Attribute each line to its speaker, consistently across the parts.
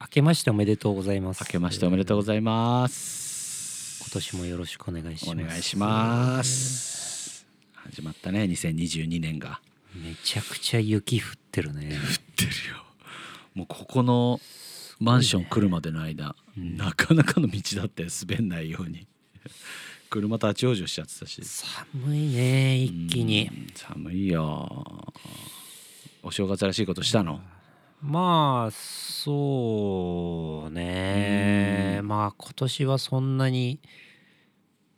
Speaker 1: 明けましておめでとうございます
Speaker 2: 明けましておめでとうございます。
Speaker 1: 今年もよろしくお願いし
Speaker 2: お
Speaker 1: ます
Speaker 2: 願いします。始まったね、2022年が。
Speaker 1: めちゃくちゃ雪降ってるね
Speaker 2: ってるよ。もうここのマンション来るまでの間、なかなかの道だって滑んないように。車立ち往生しちゃってたし。
Speaker 1: 寒いね一気に
Speaker 2: うん寒いよ。お正月らしいことしたの。
Speaker 1: まあそうねまあ今年はそんなに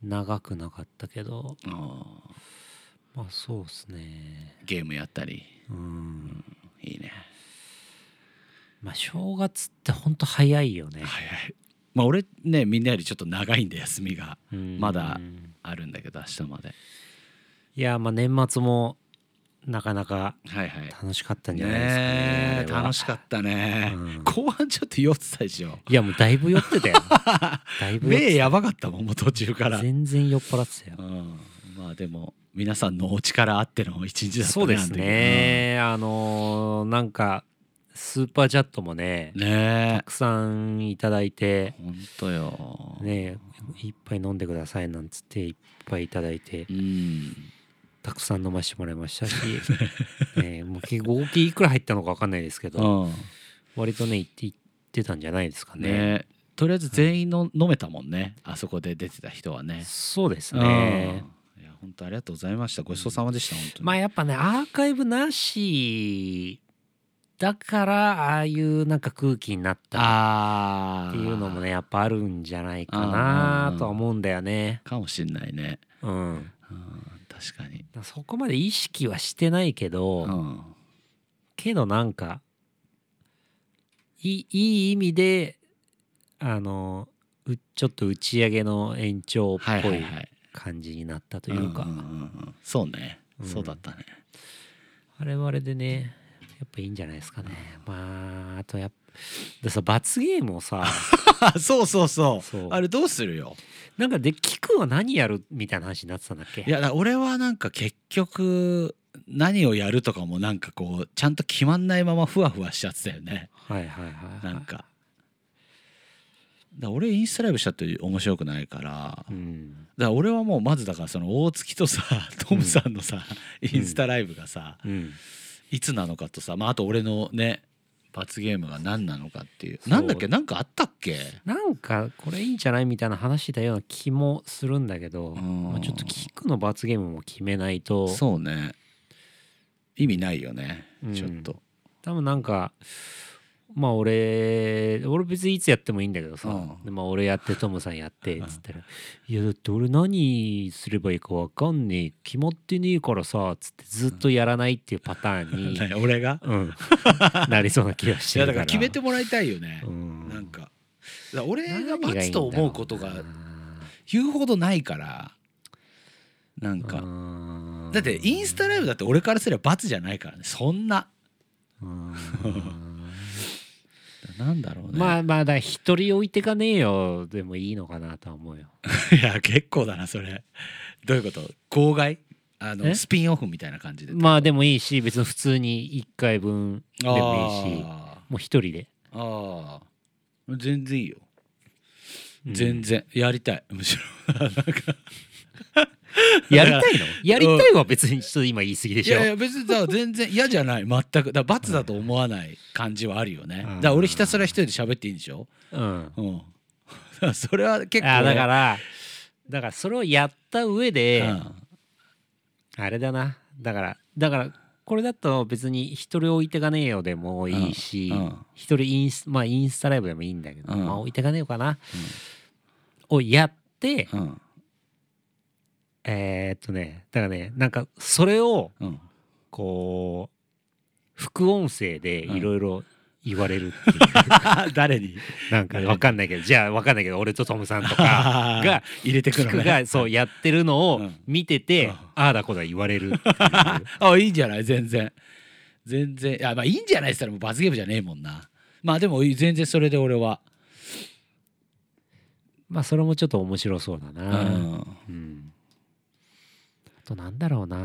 Speaker 1: 長くなかったけど
Speaker 2: あー
Speaker 1: まあそうっすね
Speaker 2: ゲームやったり。
Speaker 1: うん
Speaker 2: いいね。
Speaker 1: まあ正月ってほんと早いよね、
Speaker 2: 早い。まあ俺ねみんなよりちょっと長いんで休みが
Speaker 1: うん
Speaker 2: まだあるんだけど明日まで。
Speaker 1: いやまあ年末もなかなか
Speaker 2: はいはい。
Speaker 1: 楽しかったんじゃないですかね
Speaker 2: ね
Speaker 1: あ
Speaker 2: え
Speaker 1: れは
Speaker 2: 楽しかったね、
Speaker 1: うん
Speaker 2: 後半ちょっと酔ってたでしょ
Speaker 1: いやもうだいぶ酔ってた よだいぶ酔っ
Speaker 2: 目
Speaker 1: て
Speaker 2: やばかったもんもう途中か
Speaker 1: た
Speaker 2: ら、う
Speaker 1: 全然酔っ払ってたよ
Speaker 2: ん、まあでも皆さんのお力あっての一日だったね
Speaker 1: そうですねあのーなんかスーパージャットもね
Speaker 2: あの時ね
Speaker 1: たくさんいただいて
Speaker 2: えほんとよ、
Speaker 1: ね一杯飲んでくださいなんつっていっぱいいただいて
Speaker 2: うん
Speaker 1: たくさん飲ませてもらいま したし、ね、もう結構合計いくら入ったのかわかんないですけ
Speaker 2: う
Speaker 1: ど
Speaker 2: んね
Speaker 1: 割とねいっていってたんじゃないですかね
Speaker 2: えとりあえず全員の飲めたもんねあそこで出てた人はね
Speaker 1: そうですね
Speaker 2: うんいや本当ありがとうございましたごちそうさまでした本当に、
Speaker 1: まあやっぱねアーカイブなしだからああいうなんか空気になったっ
Speaker 2: ああ
Speaker 1: ていうのも
Speaker 2: ね
Speaker 1: ねやっぱあるんじゃないかなとは思うんだよね。
Speaker 2: かもしんないね、
Speaker 1: うん、
Speaker 2: うん、確かに、
Speaker 1: そこまで意識はしてないけど、
Speaker 2: うん、
Speaker 1: けどなんかいいいい意味であのうちょっと打ち上げの延長っ
Speaker 2: はい
Speaker 1: ぽ
Speaker 2: はい
Speaker 1: い
Speaker 2: はい
Speaker 1: 感じになったというか、
Speaker 2: んんんそうね、
Speaker 1: うん
Speaker 2: そうだったね
Speaker 1: あれはあれでねやっぱいいんじゃないですかね。まああとやっぱでさ罰ゲームを さ
Speaker 2: そうそうそう
Speaker 1: そう
Speaker 2: あれどうするよ
Speaker 1: なんかでキクは何やるみたいな話になってたんだっけ
Speaker 2: いやだから俺はなんか結局何をやるとかもなんかこうちゃんと決まんないままふわふわしちゃってたよね
Speaker 1: はいはいはいはい、
Speaker 2: なんかだから俺インスタライブしたって面白くないからだ
Speaker 1: う
Speaker 2: か
Speaker 1: ん
Speaker 2: ら俺はもうまずだからその大月とさトムさんのさ、インスタライブがさ、
Speaker 1: うん
Speaker 2: いつなのかとさ、まあ、あと俺のね罰ゲームが何なのかっていう
Speaker 1: そう
Speaker 2: なんだっけなんかあったっけ
Speaker 1: なんかこれいいんじゃないみたいな話だような気もするんだけど、
Speaker 2: うん
Speaker 1: まあ、ちょっとキックの罰ゲームも決めないと
Speaker 2: そうね意味ないよね、
Speaker 1: うん
Speaker 2: ちょっと
Speaker 1: 多分なんかまあ俺俺別にいつやってもいいんだけどさ、
Speaker 2: うん
Speaker 1: でまあ、俺やってトムさんやって
Speaker 2: うん
Speaker 1: っつったら「いやだって俺何すればいいか分かんねえ決まってねえからさ」っつってずっとやらないっていうパターンに、
Speaker 2: ね俺が
Speaker 1: うん、なりそうな気がし
Speaker 2: い
Speaker 1: て
Speaker 2: や
Speaker 1: る
Speaker 2: だ
Speaker 1: か
Speaker 2: からら決めてもらいたいよね
Speaker 1: う、ん
Speaker 2: なんかだから俺が
Speaker 1: 何いいんだろうな
Speaker 2: 罰と思うことが言うほどないからなんか
Speaker 1: うん
Speaker 2: だってインスタライブだって俺からすれば罰じゃないからねそんな
Speaker 1: うん
Speaker 2: なんだろうね
Speaker 1: まあまあだから一人置いてかねえよでもいいのかなとは思うよ
Speaker 2: いや結構だなそれどういうこと公害あの
Speaker 1: え
Speaker 2: スピンオフみたいな感じで
Speaker 1: まあでもいいし別に普通に1回分でもいいし
Speaker 2: あ
Speaker 1: もう一人で、
Speaker 2: ーあー全然いいよ、
Speaker 1: うん
Speaker 2: 全然やりたいむしろなんか
Speaker 1: やりた いのやりたいは別にちょっと今言い過ぎで
Speaker 2: い
Speaker 1: しょ
Speaker 2: やいや別にだから全然嫌じゃない全くだから罰だと思わない感じはあるよねだ
Speaker 1: うん
Speaker 2: から俺ひたすら一人で喋っていいんでしょ
Speaker 1: うん
Speaker 2: うん だからそれは結構
Speaker 1: あだかららだからそれをやった上で、
Speaker 2: うん
Speaker 1: あれだなだからだからこれだと別に一人置いてかねえよでもいいし
Speaker 2: うんうん
Speaker 1: 一、人インスまあインスタライブでもいいんだけど、
Speaker 2: うん
Speaker 1: まあ置いてかねえよかな、をやって、
Speaker 2: うん
Speaker 1: えーっとねだからねなんかそれを
Speaker 2: うん
Speaker 1: こう副音声でいろいろ言われるっていう、
Speaker 2: 誰 に
Speaker 1: なんかわかんないけどじゃあわかんないけど俺とトムさんと か が
Speaker 2: 入れてく
Speaker 1: キ
Speaker 2: る
Speaker 1: ク
Speaker 2: ね
Speaker 1: がそうやってるの
Speaker 2: う
Speaker 1: を
Speaker 2: ん
Speaker 1: 見てて、
Speaker 2: うん
Speaker 1: ああだこうだ言われるっていう
Speaker 2: あいいんじゃない全然全然いやまあいいんじゃないっつったらもう罰ゲームじゃねえもんなまあでもいい全然それで俺は
Speaker 1: まあそれもちょっと面白そうだ
Speaker 2: う
Speaker 1: な、うん
Speaker 2: ん
Speaker 1: あとなんだろうな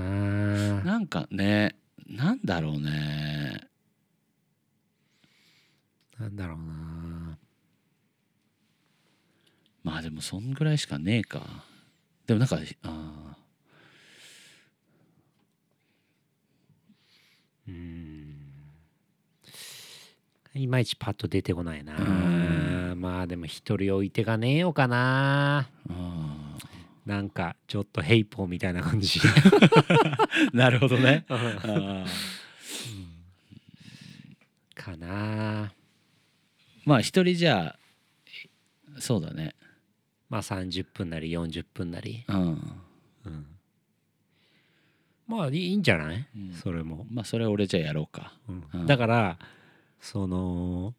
Speaker 2: なんかねなんだろうね
Speaker 1: なんだろうな
Speaker 2: もそんぐらいしかねえかでもなんかあー
Speaker 1: うんいまいちパッと出てこないなまあでも一人置いてかねえよかな
Speaker 2: あ
Speaker 1: なんかちょっとヘイポーみたいな感じ
Speaker 2: ー なるほどねあー
Speaker 1: かな
Speaker 2: まあ一人じゃそうだね
Speaker 1: まあ30分なり40分なり
Speaker 2: うん
Speaker 1: まあいいいいんじゃない、
Speaker 2: うん
Speaker 1: それも、
Speaker 2: まあそれは俺じゃやろうかうん
Speaker 1: だからその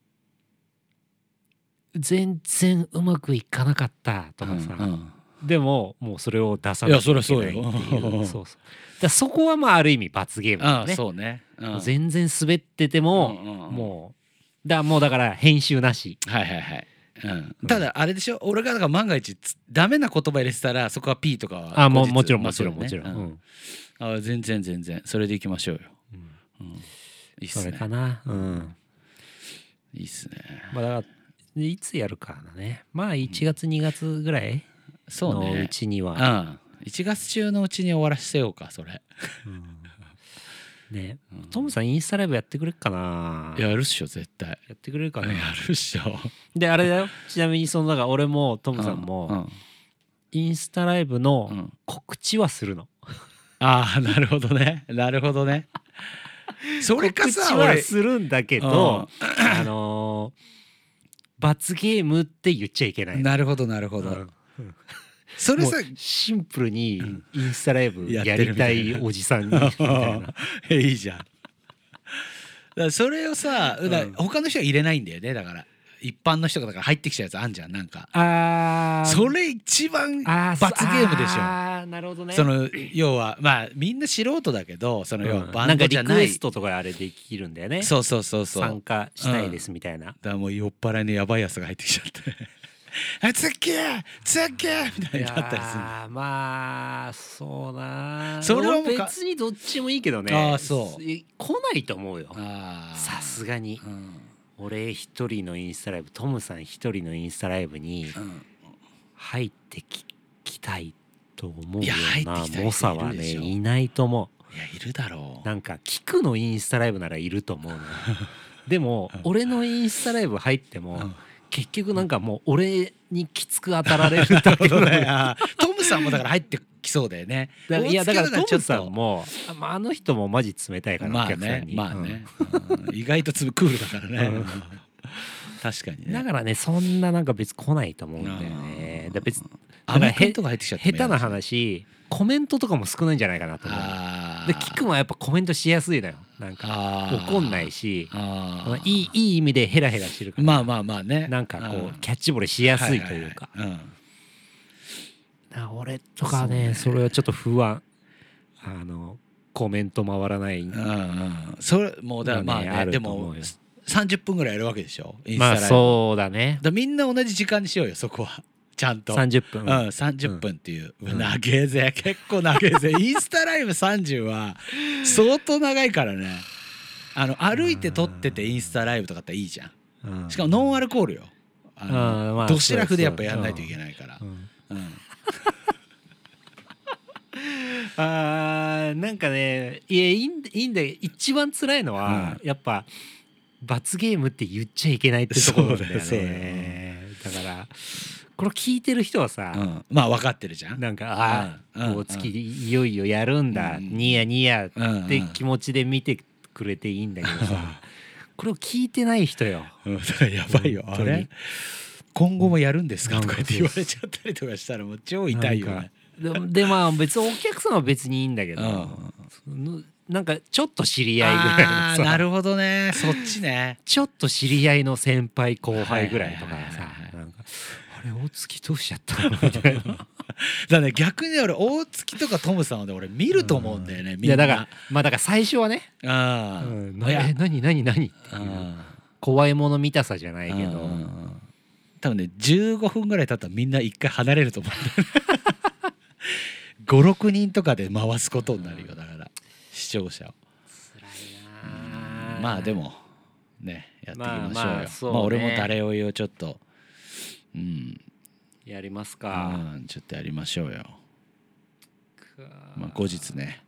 Speaker 1: 全然うまくいかなかったとかさ、
Speaker 2: うんうん
Speaker 1: でももうそれを出さなきゃいけないっていう
Speaker 2: いやそりゃそうよ
Speaker 1: そうそうだからそこはまあある意味罰ゲームだ
Speaker 2: あ
Speaker 1: よ
Speaker 2: あ
Speaker 1: ね
Speaker 2: そうねうん
Speaker 1: 全然滑ってても、
Speaker 2: うんうんうん
Speaker 1: もうだもうだから編集なし
Speaker 2: はいはいはいうん、ただあれでしょ俺がだから万が一つダメな言葉入れてたらそこは P とかは
Speaker 1: あもうも
Speaker 2: 後日
Speaker 1: ちろん
Speaker 2: ま
Speaker 1: も
Speaker 2: あ
Speaker 1: ちろん
Speaker 2: そう
Speaker 1: も
Speaker 2: だ
Speaker 1: ち
Speaker 2: よ
Speaker 1: ろん、
Speaker 2: ねうんあ全然全然それでいきましょうよ、
Speaker 1: うんうん
Speaker 2: うん、いいっ
Speaker 1: そ
Speaker 2: す
Speaker 1: れ
Speaker 2: ね
Speaker 1: かなうん
Speaker 2: いいっすね
Speaker 1: まあだからでいつやるかだねまあ1月2月ぐらい
Speaker 2: そう
Speaker 1: のう
Speaker 2: ね
Speaker 1: ちに
Speaker 2: うん
Speaker 1: は
Speaker 2: 1月中のうちに終わらせようかそれ
Speaker 1: ねトムさんインスタライブやってくれるかな
Speaker 2: やるっしょ絶対
Speaker 1: やってくれるか
Speaker 2: や
Speaker 1: な
Speaker 2: るっしょ
Speaker 1: であれだよちなみにそのだから俺もト
Speaker 2: ト
Speaker 1: ムさんもインスタライブの告知はするの
Speaker 2: ああなるほどねなるほ どねそれか
Speaker 1: 告知
Speaker 2: さ
Speaker 1: は
Speaker 2: 俺
Speaker 1: するんだけどあのー罰ゲームって言っちゃいけない
Speaker 2: なるほどなるほ
Speaker 1: う
Speaker 2: ど
Speaker 1: ん
Speaker 2: それ
Speaker 1: もう
Speaker 2: さ
Speaker 1: シンプルにインスタライブ
Speaker 2: やって
Speaker 1: や
Speaker 2: る
Speaker 1: り
Speaker 2: みた
Speaker 1: た
Speaker 2: いない
Speaker 1: おじさんにみた いな
Speaker 2: いいじゃんだからそれをさだから
Speaker 1: うん
Speaker 2: 他の人は入れないんだよねだから一般の人がだから入ってきちゃうやつあんじゃんなんか
Speaker 1: あー
Speaker 2: それ一番
Speaker 1: あ
Speaker 2: 罰ゲームでしょ
Speaker 1: あーなるほどね
Speaker 2: その要はまあみんな素人だけどその要は
Speaker 1: うん
Speaker 2: バ
Speaker 1: な
Speaker 2: ン
Speaker 1: んか
Speaker 2: ド
Speaker 1: リ
Speaker 2: じゃ
Speaker 1: ク
Speaker 2: な
Speaker 1: エ
Speaker 2: い
Speaker 1: ストとかあれできるんだよね
Speaker 2: そうそうそうそう
Speaker 1: 参加したいですみたいな、
Speaker 2: だからもう酔っ払いのやばいやつが入ってきちゃって 「あつっけーつっけー!」みたい
Speaker 1: い
Speaker 2: に
Speaker 1: や
Speaker 2: なったりするの
Speaker 1: ーまあそうなー
Speaker 2: それはもうか
Speaker 1: 俺別にどっちもいいけどね
Speaker 2: あーそう
Speaker 1: い来ないと思うよ
Speaker 2: あー
Speaker 1: さすがに
Speaker 2: うん
Speaker 1: 俺一人のインスタライブトムさん一人のインスタライブに
Speaker 2: うん
Speaker 1: 入ってききたいと思う
Speaker 2: い
Speaker 1: よ
Speaker 2: や
Speaker 1: う
Speaker 2: 入って
Speaker 1: な
Speaker 2: きたい人
Speaker 1: 猛者はい
Speaker 2: る
Speaker 1: ね
Speaker 2: でしょ
Speaker 1: いないと思う
Speaker 2: いやいるだろう
Speaker 1: なんか聞くのインスタライブならいると 思うのよでも俺のインスタライブ入っても、
Speaker 2: うん
Speaker 1: 結局なんかもう俺にきつく当たられるだけ
Speaker 2: そ
Speaker 1: の
Speaker 2: うだよ あートムさんもだから入ってきそうだよね
Speaker 1: だ いやだから
Speaker 2: 大塚
Speaker 1: トム
Speaker 2: ちょ
Speaker 1: さ
Speaker 2: っと
Speaker 1: んもあまああの人もマジ冷たいから、
Speaker 2: ま
Speaker 1: お
Speaker 2: あ
Speaker 1: 客さん
Speaker 2: ね
Speaker 1: に、
Speaker 2: まあね、うん意外とつぶクールだから
Speaker 1: う
Speaker 2: ね
Speaker 1: ん
Speaker 2: 確かに
Speaker 1: うんだ
Speaker 2: ね
Speaker 1: からねそんななんか別来ないと思うんだよね
Speaker 2: うん
Speaker 1: だから別
Speaker 2: ア
Speaker 1: だか
Speaker 2: メ
Speaker 1: らへ
Speaker 2: 君とか入ってきちゃって
Speaker 1: 下手な話コメントとかも少ないんじゃないかなと思う
Speaker 2: あ
Speaker 1: で聞くもやっぱコメントしやすいのよなんか怒んないし
Speaker 2: しあ
Speaker 1: まあ
Speaker 2: ー
Speaker 1: いいいい意味でヘラヘラしてるから、
Speaker 2: まあまあまあね
Speaker 1: なんかこ
Speaker 2: う
Speaker 1: うキャッチボールしやすいというか、
Speaker 2: ははは
Speaker 1: な俺とかねそれはちょっと不安あのコメント回らない
Speaker 2: うんうんうんそれもうだからまあ
Speaker 1: のねあ
Speaker 2: ね
Speaker 1: る
Speaker 2: で
Speaker 1: と思
Speaker 2: も
Speaker 1: うよ
Speaker 2: 30分ぐらいやるわけでしょインスタ
Speaker 1: ま
Speaker 2: ライ
Speaker 1: あ
Speaker 2: ブ
Speaker 1: そうだね
Speaker 2: だからみんな同じ時間にしようよそこはちゃんと
Speaker 1: 30分、
Speaker 2: うん、30分っていう、長えぜ結構長えぜインスタライブ30は相当長いからねあの歩いて撮っててインスタライブとかっていいじゃん
Speaker 1: うん
Speaker 2: しかもノンアルコールよあの
Speaker 1: うんまあ
Speaker 2: どしらふでやっぱやんないといけないから、
Speaker 1: うん
Speaker 2: うん
Speaker 1: あーなんかねいやいいんいいんだよ一番辛いのは、やっぱ罰ゲームって言っちゃいけないってところなんだよね
Speaker 2: そ
Speaker 1: そうう
Speaker 2: だ
Speaker 1: だ
Speaker 2: よ
Speaker 1: からこれ聞いてる人はさ、
Speaker 2: うんまあ分かってるじゃん
Speaker 1: なんかああ、
Speaker 2: うん
Speaker 1: 大月いよいよやるんだ、
Speaker 2: うん
Speaker 1: ニヤニヤっ
Speaker 2: うん
Speaker 1: て気持ちで見てくれていいんだけどさ、 これを聞いてない人よ
Speaker 2: うんだからやばいよ
Speaker 1: 本
Speaker 2: あ
Speaker 1: 当に
Speaker 2: れ今後もやるんですか
Speaker 1: うん
Speaker 2: とかって言われちゃったりとかしたらもう超痛いよね
Speaker 1: なんかででまあ別にお客さんは別にいいんだけど、
Speaker 2: うん
Speaker 1: そのなんかちょっと知り合いぐらい
Speaker 2: あ
Speaker 1: の
Speaker 2: ー
Speaker 1: さ
Speaker 2: なるほどねそっちね
Speaker 1: ちょっと知り合いの先輩後輩ぐらいとか
Speaker 2: は
Speaker 1: さ
Speaker 2: いはいはいはい
Speaker 1: なんかあれ大月どうしちゃったのみたい な
Speaker 2: だね逆に俺大月とかトムさんはね俺見ると思うんだよね、
Speaker 1: い
Speaker 2: みんな
Speaker 1: やだからまあだから最初はね「
Speaker 2: ら
Speaker 1: う
Speaker 2: うん、
Speaker 1: ん、
Speaker 2: いや
Speaker 1: なえ何何何?」って
Speaker 2: う
Speaker 1: いうん怖いもの見たさじゃないけ
Speaker 2: う
Speaker 1: ど
Speaker 2: ん多分ね15分ぐらい経ったらみんな一回離れると思 うんだよね56人とかで回すことになるよだから視聴者を
Speaker 1: 辛いなあ
Speaker 2: まあでもねやってい
Speaker 1: ま
Speaker 2: きましょうよ、ま
Speaker 1: あ
Speaker 2: あ
Speaker 1: まあそうね
Speaker 2: 俺も誰を言をちょっとうん
Speaker 1: やりますか、
Speaker 2: うん、ちょっとやりましょうよ、
Speaker 1: か
Speaker 2: まあ、後日ね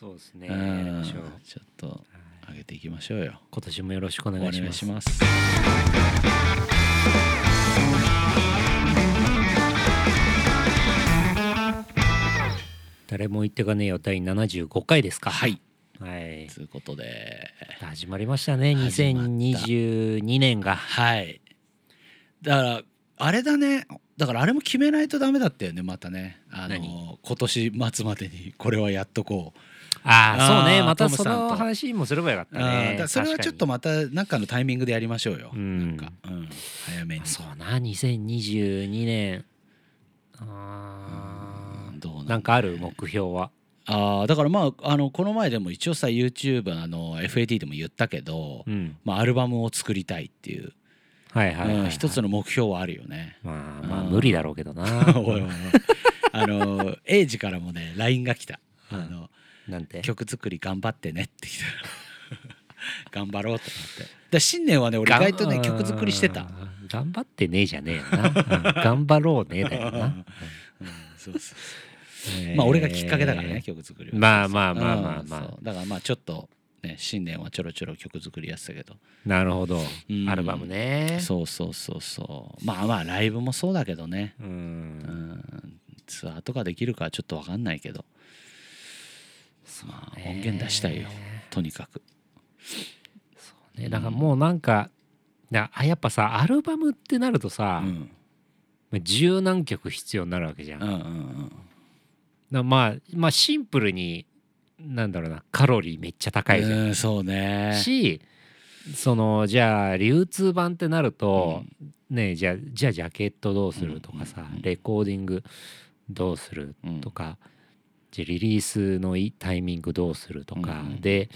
Speaker 1: そうですね
Speaker 2: う
Speaker 1: やり
Speaker 2: ん
Speaker 1: ま
Speaker 2: ち
Speaker 1: しょ
Speaker 2: ょ
Speaker 1: う
Speaker 2: っと上げていきましょうよ
Speaker 1: 今年もよろしくお
Speaker 2: お
Speaker 1: 願
Speaker 2: 願
Speaker 1: いしま
Speaker 2: い
Speaker 1: す
Speaker 2: します
Speaker 1: 誰も言ってかねえよ第75回ですか
Speaker 2: はい
Speaker 1: はい
Speaker 2: ということで
Speaker 1: 始まりましたね
Speaker 2: 始まった
Speaker 1: 2022年が
Speaker 2: はいだからあれだねだからあれも決めないとダメだったよねまたねあの
Speaker 1: 何
Speaker 2: 今年末までに これはやっとこう
Speaker 1: ああ
Speaker 2: あー
Speaker 1: そうねまた
Speaker 2: トム
Speaker 1: そ
Speaker 2: さんと
Speaker 1: の話もすればよかっ
Speaker 2: うん
Speaker 1: たね
Speaker 2: だからそれはちょっと
Speaker 1: 確か
Speaker 2: また何かのタイミングでやりましょうよ、
Speaker 1: うん
Speaker 2: なんか、うん、早めに
Speaker 1: にそうな2022年あ
Speaker 2: どうな
Speaker 1: ー
Speaker 2: ん
Speaker 1: なんかある目標は
Speaker 2: あーだからまああのこの前でも一応さ YouTube あの FAT でも言ったけど、
Speaker 1: うん
Speaker 2: まあ、アルバムを作りたいっていう、
Speaker 1: はいはいはいは
Speaker 2: うん
Speaker 1: い。
Speaker 2: 一つの目標はあるよね
Speaker 1: まあまあ
Speaker 2: うん
Speaker 1: 無理だろうけどな
Speaker 2: おいおいおいあのエイジからもね LINE が来た。あの
Speaker 1: なんて
Speaker 2: 曲作り頑張ってねって来た頑張ろうと思ってで新年はね俺
Speaker 1: が
Speaker 2: 意
Speaker 1: ん
Speaker 2: 外とね曲作りしてた、
Speaker 1: あー頑張ってねえじゃねえよな、うん頑張ろうねだよな、
Speaker 2: うんそうそうまあ俺がきっかけだからね、
Speaker 1: えー
Speaker 2: 曲作りは
Speaker 1: まあまあまあまあまあ
Speaker 2: うんそうだからまあちょっとね新年はちょろちょろ曲作りやってたけど
Speaker 1: なるほど、
Speaker 2: うん
Speaker 1: アルバムね
Speaker 2: そうそうそうそうまあまあライブもそうだけどね
Speaker 1: う
Speaker 2: うんんツアーとかできるかはちょっと分かんないけどまあ音源出したいよとにかく
Speaker 1: そうねだからもうなんかだあやっぱさアルバムってなると
Speaker 2: う
Speaker 1: さ、
Speaker 2: ん
Speaker 1: まあ十何曲必要になるわけじゃん、
Speaker 2: うんう
Speaker 1: だか
Speaker 2: んうん
Speaker 1: らまあまあシンプルになんだろうなカロリーめっちゃ高いじゃん、
Speaker 2: うんそうね
Speaker 1: しそのじゃあ流通版ってなると、ねじゃあじゃあジャケットどうするとかさ、
Speaker 2: うんうんうん
Speaker 1: レコーディングどうする
Speaker 2: うん
Speaker 1: とか、じゃあリリースのいいタイミングどうするとか、
Speaker 2: うんうん
Speaker 1: で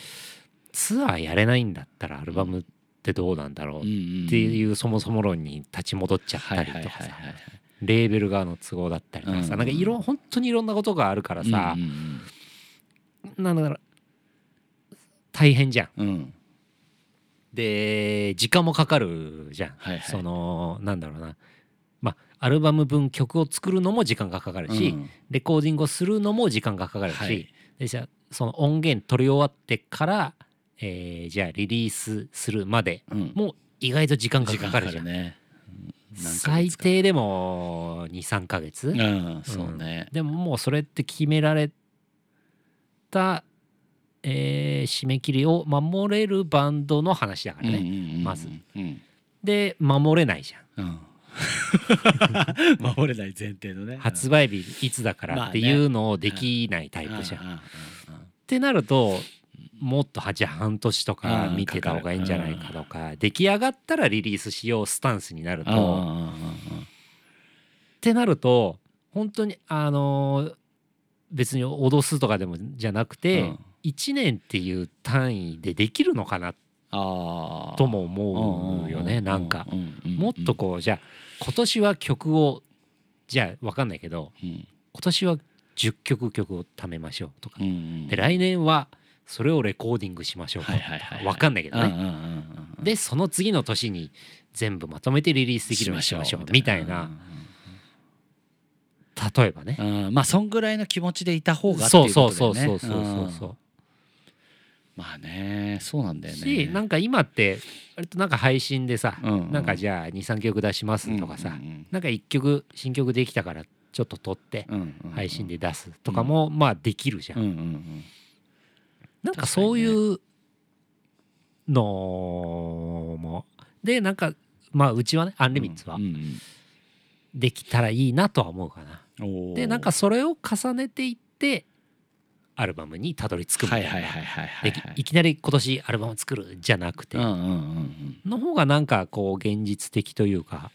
Speaker 1: ツアーやれないんだったらアルバムってどうなんだろう
Speaker 2: うんうん
Speaker 1: っていうそもそも論に立ち戻っちゃったりとかさレーベル側の都合だったりとか
Speaker 2: うんう
Speaker 1: さ
Speaker 2: ん
Speaker 1: なんかいろ本当にいろんなことがあるからさ
Speaker 2: うん
Speaker 1: なんだろう大変じゃん。
Speaker 2: うんうんうん
Speaker 1: で時間もかかるじゃん、
Speaker 2: はいはい
Speaker 1: そのなんだろうなまあアルバム分曲を作るのも時間がかかるし、
Speaker 2: うん
Speaker 1: レコーディングをするのも時間がかかるし、
Speaker 2: はい
Speaker 1: でじゃあその音源取り終わってから、えーじゃあリリースするまで
Speaker 2: うん
Speaker 1: もう意外と時間が
Speaker 2: 時
Speaker 1: か
Speaker 2: 間
Speaker 1: か
Speaker 2: か
Speaker 1: る
Speaker 2: か
Speaker 1: じゃ
Speaker 2: る
Speaker 1: ん、
Speaker 2: ねうん何ヶ
Speaker 1: 最
Speaker 2: 月か
Speaker 1: 低でも23ヶ月、
Speaker 2: うんそうね
Speaker 1: でももうそれって決められた、えー締め切りを守れるバンドの話だからね、まず
Speaker 2: うん
Speaker 1: で守れないじゃん
Speaker 2: うん 守れない前提のね
Speaker 1: 発売日いつだからっていうのをできないタイプじゃん。っ
Speaker 2: ん
Speaker 1: てなるともっとはじゃあ半年とか
Speaker 2: うん
Speaker 1: 見てた方がいいんじゃないかとか出来上がったらリリースしようスタンスになる
Speaker 2: うんうんうん
Speaker 1: とっ
Speaker 2: うんうん
Speaker 1: てなると本当にあのー別に脅すとかでもじゃなく
Speaker 2: う
Speaker 1: て
Speaker 2: ん
Speaker 1: 1年っていう単位でできるのかな
Speaker 2: あー
Speaker 1: とも思うよねなんか
Speaker 2: うんうんうんうん
Speaker 1: もっとこうじゃあ今年は曲をじゃあ分かんないけど
Speaker 2: うん
Speaker 1: 今年は10曲曲を貯めましょうとか
Speaker 2: うんうん
Speaker 1: で来年はそれをレコーディングしましょうと
Speaker 2: はいはいはいはい
Speaker 1: わかんないけどね、
Speaker 2: うんうんうんうん
Speaker 1: でその次の年に全部まとめてリリースできるようにしましょうみたいな例えばね
Speaker 2: うんうんうんまあそんぐらいの気持ちでいた方がって
Speaker 1: そ
Speaker 2: いうう
Speaker 1: そ
Speaker 2: こ
Speaker 1: うそ
Speaker 2: と
Speaker 1: う
Speaker 2: だよ
Speaker 1: そ
Speaker 2: ね
Speaker 1: うそうそうそ
Speaker 2: ん
Speaker 1: う
Speaker 2: まあねそうなんだよね
Speaker 1: しなんか今って割となんか配信でさ、
Speaker 2: うんうん
Speaker 1: なんかじゃあ23曲出しますとかさ、
Speaker 2: うん
Speaker 1: なんか1曲新曲できたからちょっと撮って
Speaker 2: うんうんうんうん
Speaker 1: 配信で出すとかもまあできるじゃん、
Speaker 2: うんうんうん
Speaker 1: なんかそういうのもでなんかまあうちはねアンリミッツは
Speaker 2: うんうん
Speaker 1: できたらいいなとは思うかな。
Speaker 2: おー
Speaker 1: でなんかそれを重ねていってアルバムにたどり着くみた
Speaker 2: はいい
Speaker 1: な、
Speaker 2: はいはいはいは
Speaker 1: で
Speaker 2: い
Speaker 1: き
Speaker 2: はい
Speaker 1: いきなり今年アルバム作るじゃなくて、
Speaker 2: うんうんうん
Speaker 1: の方がなんかこう現実的というか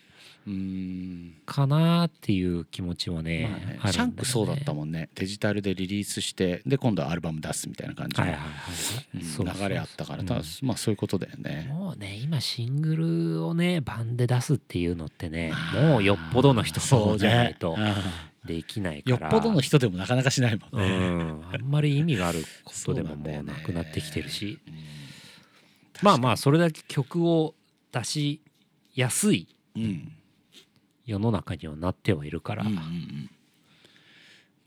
Speaker 2: うんうーん
Speaker 1: かなっていう気持ちはね,、
Speaker 2: まあね
Speaker 1: あるんだよね
Speaker 2: シャンクそうだったもんねデジタルでリリースしてで今度はアルバム出すみたいな感じ
Speaker 1: はい
Speaker 2: の
Speaker 1: はいはい、
Speaker 2: うん
Speaker 1: そうそうそう
Speaker 2: 流れあったから
Speaker 1: うん
Speaker 2: ただまあそういうことだよね
Speaker 1: もうね今シングルをね版で出すっていうのってね
Speaker 2: まあ
Speaker 1: もうよっぽどの人
Speaker 2: そう
Speaker 1: じゃないと
Speaker 2: ねうん
Speaker 1: できない
Speaker 2: よ
Speaker 1: か
Speaker 2: っ
Speaker 1: ら
Speaker 2: ぽどの人でもなかなかしないもん
Speaker 1: う
Speaker 2: ね
Speaker 1: んあんまり意味があることでも
Speaker 2: そうなんだ
Speaker 1: も
Speaker 2: よ
Speaker 1: う
Speaker 2: ね
Speaker 1: なくなってきてるし、
Speaker 2: うん
Speaker 1: まあまあそれだけ曲を出しやすい
Speaker 2: うん
Speaker 1: 世の中にはなってはいるから、
Speaker 2: うんうんうん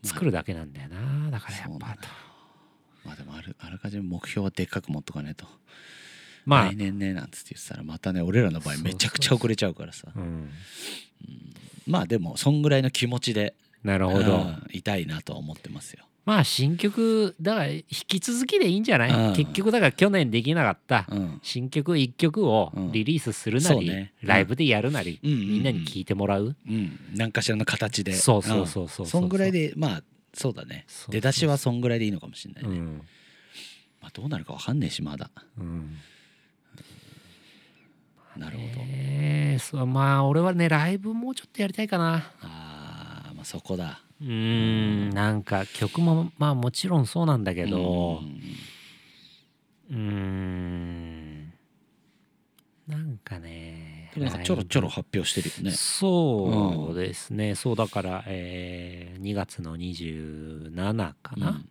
Speaker 1: 作るだけなんだよなだからや
Speaker 2: そ
Speaker 1: っ
Speaker 2: う
Speaker 1: ぱ
Speaker 2: なんだ
Speaker 1: と
Speaker 2: まあでもあるあらかじめ目標はでっかく持っとかねえと、
Speaker 1: まあ
Speaker 2: 来年ねなんつって言ってたらまたね俺らの場合めちゃくちゃ遅れちゃうからさ
Speaker 1: うん、
Speaker 2: まあでもそんぐらいの気持ちで
Speaker 1: なるほど、
Speaker 2: うん痛いなとは思ってますよ、
Speaker 1: まあ新曲だから引き続きでいいんじゃない、
Speaker 2: うん
Speaker 1: 結局だから去年できなかった
Speaker 2: うん、
Speaker 1: 新曲1曲をリリースするな
Speaker 2: うん
Speaker 1: り、
Speaker 2: そうね
Speaker 1: ライブでやるなり、
Speaker 2: うんうんうん
Speaker 1: みんなに聴いてもらう、
Speaker 2: うん、何かしらの形で
Speaker 1: そうそうそうそうそうそうん
Speaker 2: そんぐらいでまあそうだね
Speaker 1: そうそうそう
Speaker 2: 出だしはそんぐらいでいいのかもしれないうね、
Speaker 1: ん
Speaker 2: まあ、どうなるかわかんねえしまだ
Speaker 1: うん
Speaker 2: なるほど、
Speaker 1: えーそうまあ俺はねライブもうちょっとやりたいかな
Speaker 2: あーまあそこだ
Speaker 1: うーんなんか曲もまあもちろんそうなんだけど
Speaker 2: うん
Speaker 1: うーんなんかね
Speaker 2: でもなんかちょろちょろ発表してるよね
Speaker 1: そうですね、そうだから、えー2月の27かな、
Speaker 2: うん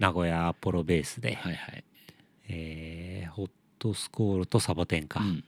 Speaker 1: 名古屋アポロベースで、
Speaker 2: はいはい、
Speaker 1: えーホットスコールとサボテンか、
Speaker 2: うん、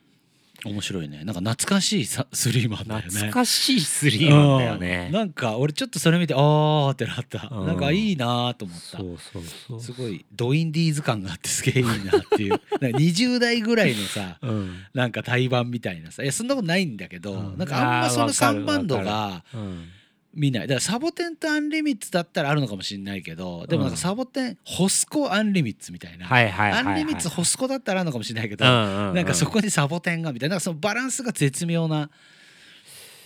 Speaker 2: 面白いねなんか懐かしいさスリーマンだよね
Speaker 1: 懐かしいスリーマンだよ
Speaker 2: う
Speaker 1: ね
Speaker 2: ん。なんか俺ちょっとそれ見てあーってなった、
Speaker 1: うん
Speaker 2: なんかいいなーと思った
Speaker 1: そうそうそう。
Speaker 2: すごいドインディーズ感があってすげえいいなっていう なんか20代ぐらいのさ
Speaker 1: うん
Speaker 2: なんか対バンみたいなさいやそんなことないんだけど、
Speaker 1: うん
Speaker 2: なんかあんまその
Speaker 1: あーわかる
Speaker 2: 3バンド
Speaker 1: わか
Speaker 2: が
Speaker 1: うん
Speaker 2: 見ないだからサボテンとアンリミッツだったらあるのかもしれないけどでもなん
Speaker 1: うん
Speaker 2: かサボテン、ホスコアンリミッツみたいな、
Speaker 1: はいはいはい、はい。
Speaker 2: アンリミッツホスコだったらあるのかもしれないけど、
Speaker 1: な
Speaker 2: なんかそこにサボテンがみたいななんかそのバランスが絶妙な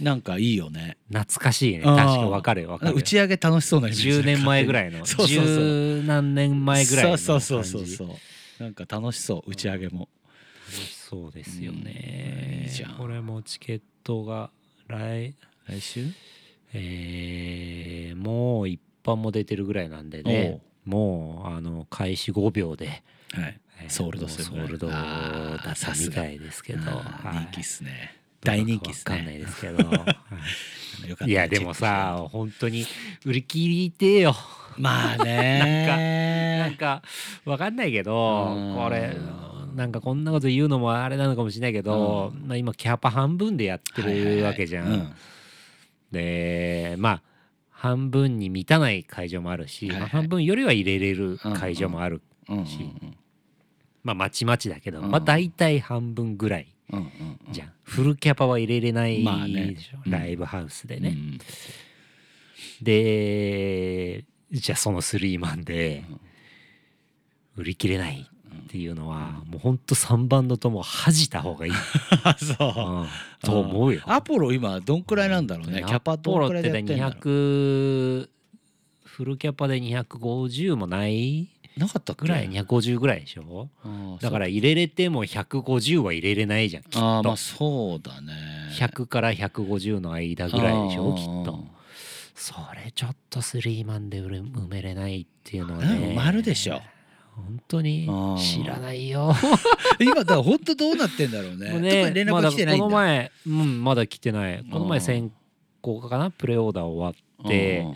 Speaker 2: なんかいいよね
Speaker 1: 懐かしいね。
Speaker 2: う
Speaker 1: 確
Speaker 2: ん
Speaker 1: かにわかるよわかるよ。
Speaker 2: 打ち上げ楽しそうなイメージ
Speaker 1: 10年前ぐらいの
Speaker 2: そうそうそう
Speaker 1: 十何年前ぐらいの感じ
Speaker 2: そうそうそうそうそうなんか楽しそう打ち上げも、
Speaker 1: そうですよ
Speaker 2: うん
Speaker 1: ね、
Speaker 2: いいじゃん
Speaker 1: これもチケットが来
Speaker 2: 来週
Speaker 1: えーもう一般も出てるぐらいなんでねもうあの開始5秒で、
Speaker 2: はい
Speaker 1: えー
Speaker 2: ソールドする
Speaker 1: もうソールドだ
Speaker 2: あー
Speaker 1: った
Speaker 2: さ
Speaker 1: み
Speaker 2: すが
Speaker 1: たいですけ
Speaker 2: け
Speaker 1: ど
Speaker 2: ど
Speaker 1: はい
Speaker 2: 人気っすね大人気っす
Speaker 1: どうだかわかんない
Speaker 2: ね
Speaker 1: ですけ ど
Speaker 2: よかった
Speaker 1: いやでもさ本当に売り切りてえよ
Speaker 2: まあ
Speaker 1: なん
Speaker 2: ね
Speaker 1: かわかんないけど
Speaker 2: うん
Speaker 1: これなんかこんなこと言うのもあれなのかもしれないけど、まあ、今キャパ半分でやって
Speaker 2: はいはいは
Speaker 1: る
Speaker 2: い
Speaker 1: わけじゃん。
Speaker 2: うん
Speaker 1: でまあ半分に満たない会場もあるし、
Speaker 2: はいはい
Speaker 1: まあ半分よりは入れれる会場もある、
Speaker 2: うんうん
Speaker 1: まあまちまちだけど、
Speaker 2: うん
Speaker 1: まあ大体半分ぐらい
Speaker 2: うんうん
Speaker 1: じゃん、フルキャパは入れれないでしょ、
Speaker 2: まあねうん
Speaker 1: ライブハウスで
Speaker 2: うんう
Speaker 1: ね。
Speaker 2: ん
Speaker 1: でじゃあそのスリーマンで売り切れないっていうのは、もうほんと3バンドとも恥じた方 がいい、
Speaker 2: あ そう
Speaker 1: うんと思うよ。
Speaker 2: アポロ今どんくらいなんだろうねキャパどんくらいでや
Speaker 1: ア
Speaker 2: ってん
Speaker 1: ポ
Speaker 2: だ
Speaker 1: ロ
Speaker 2: ろ
Speaker 1: っ
Speaker 2: う
Speaker 1: てね200フルキャパで250もない
Speaker 2: なかったっけ
Speaker 1: ぐらい250ぐらいでしょ
Speaker 2: あー
Speaker 1: だから入れれても150は入れれないじゃんきっ
Speaker 2: あーまあ
Speaker 1: と
Speaker 2: そうだね
Speaker 1: 100から150の間ぐらいでし
Speaker 2: う
Speaker 1: ょ
Speaker 2: ん
Speaker 1: きっとそれちょっとスリーマンで埋め埋めれないっていうのは
Speaker 2: うんうん
Speaker 1: ね
Speaker 2: 埋まるでしょ
Speaker 1: 本当に
Speaker 2: うん
Speaker 1: 知らないよ。
Speaker 2: 今だから本当どうなってんだろう
Speaker 1: もう
Speaker 2: ね特に連絡が来てないんだ,、
Speaker 1: まだこの前、うん、まだ来てない。この前
Speaker 2: うん
Speaker 1: 先行かな、プレオーダー終わって、も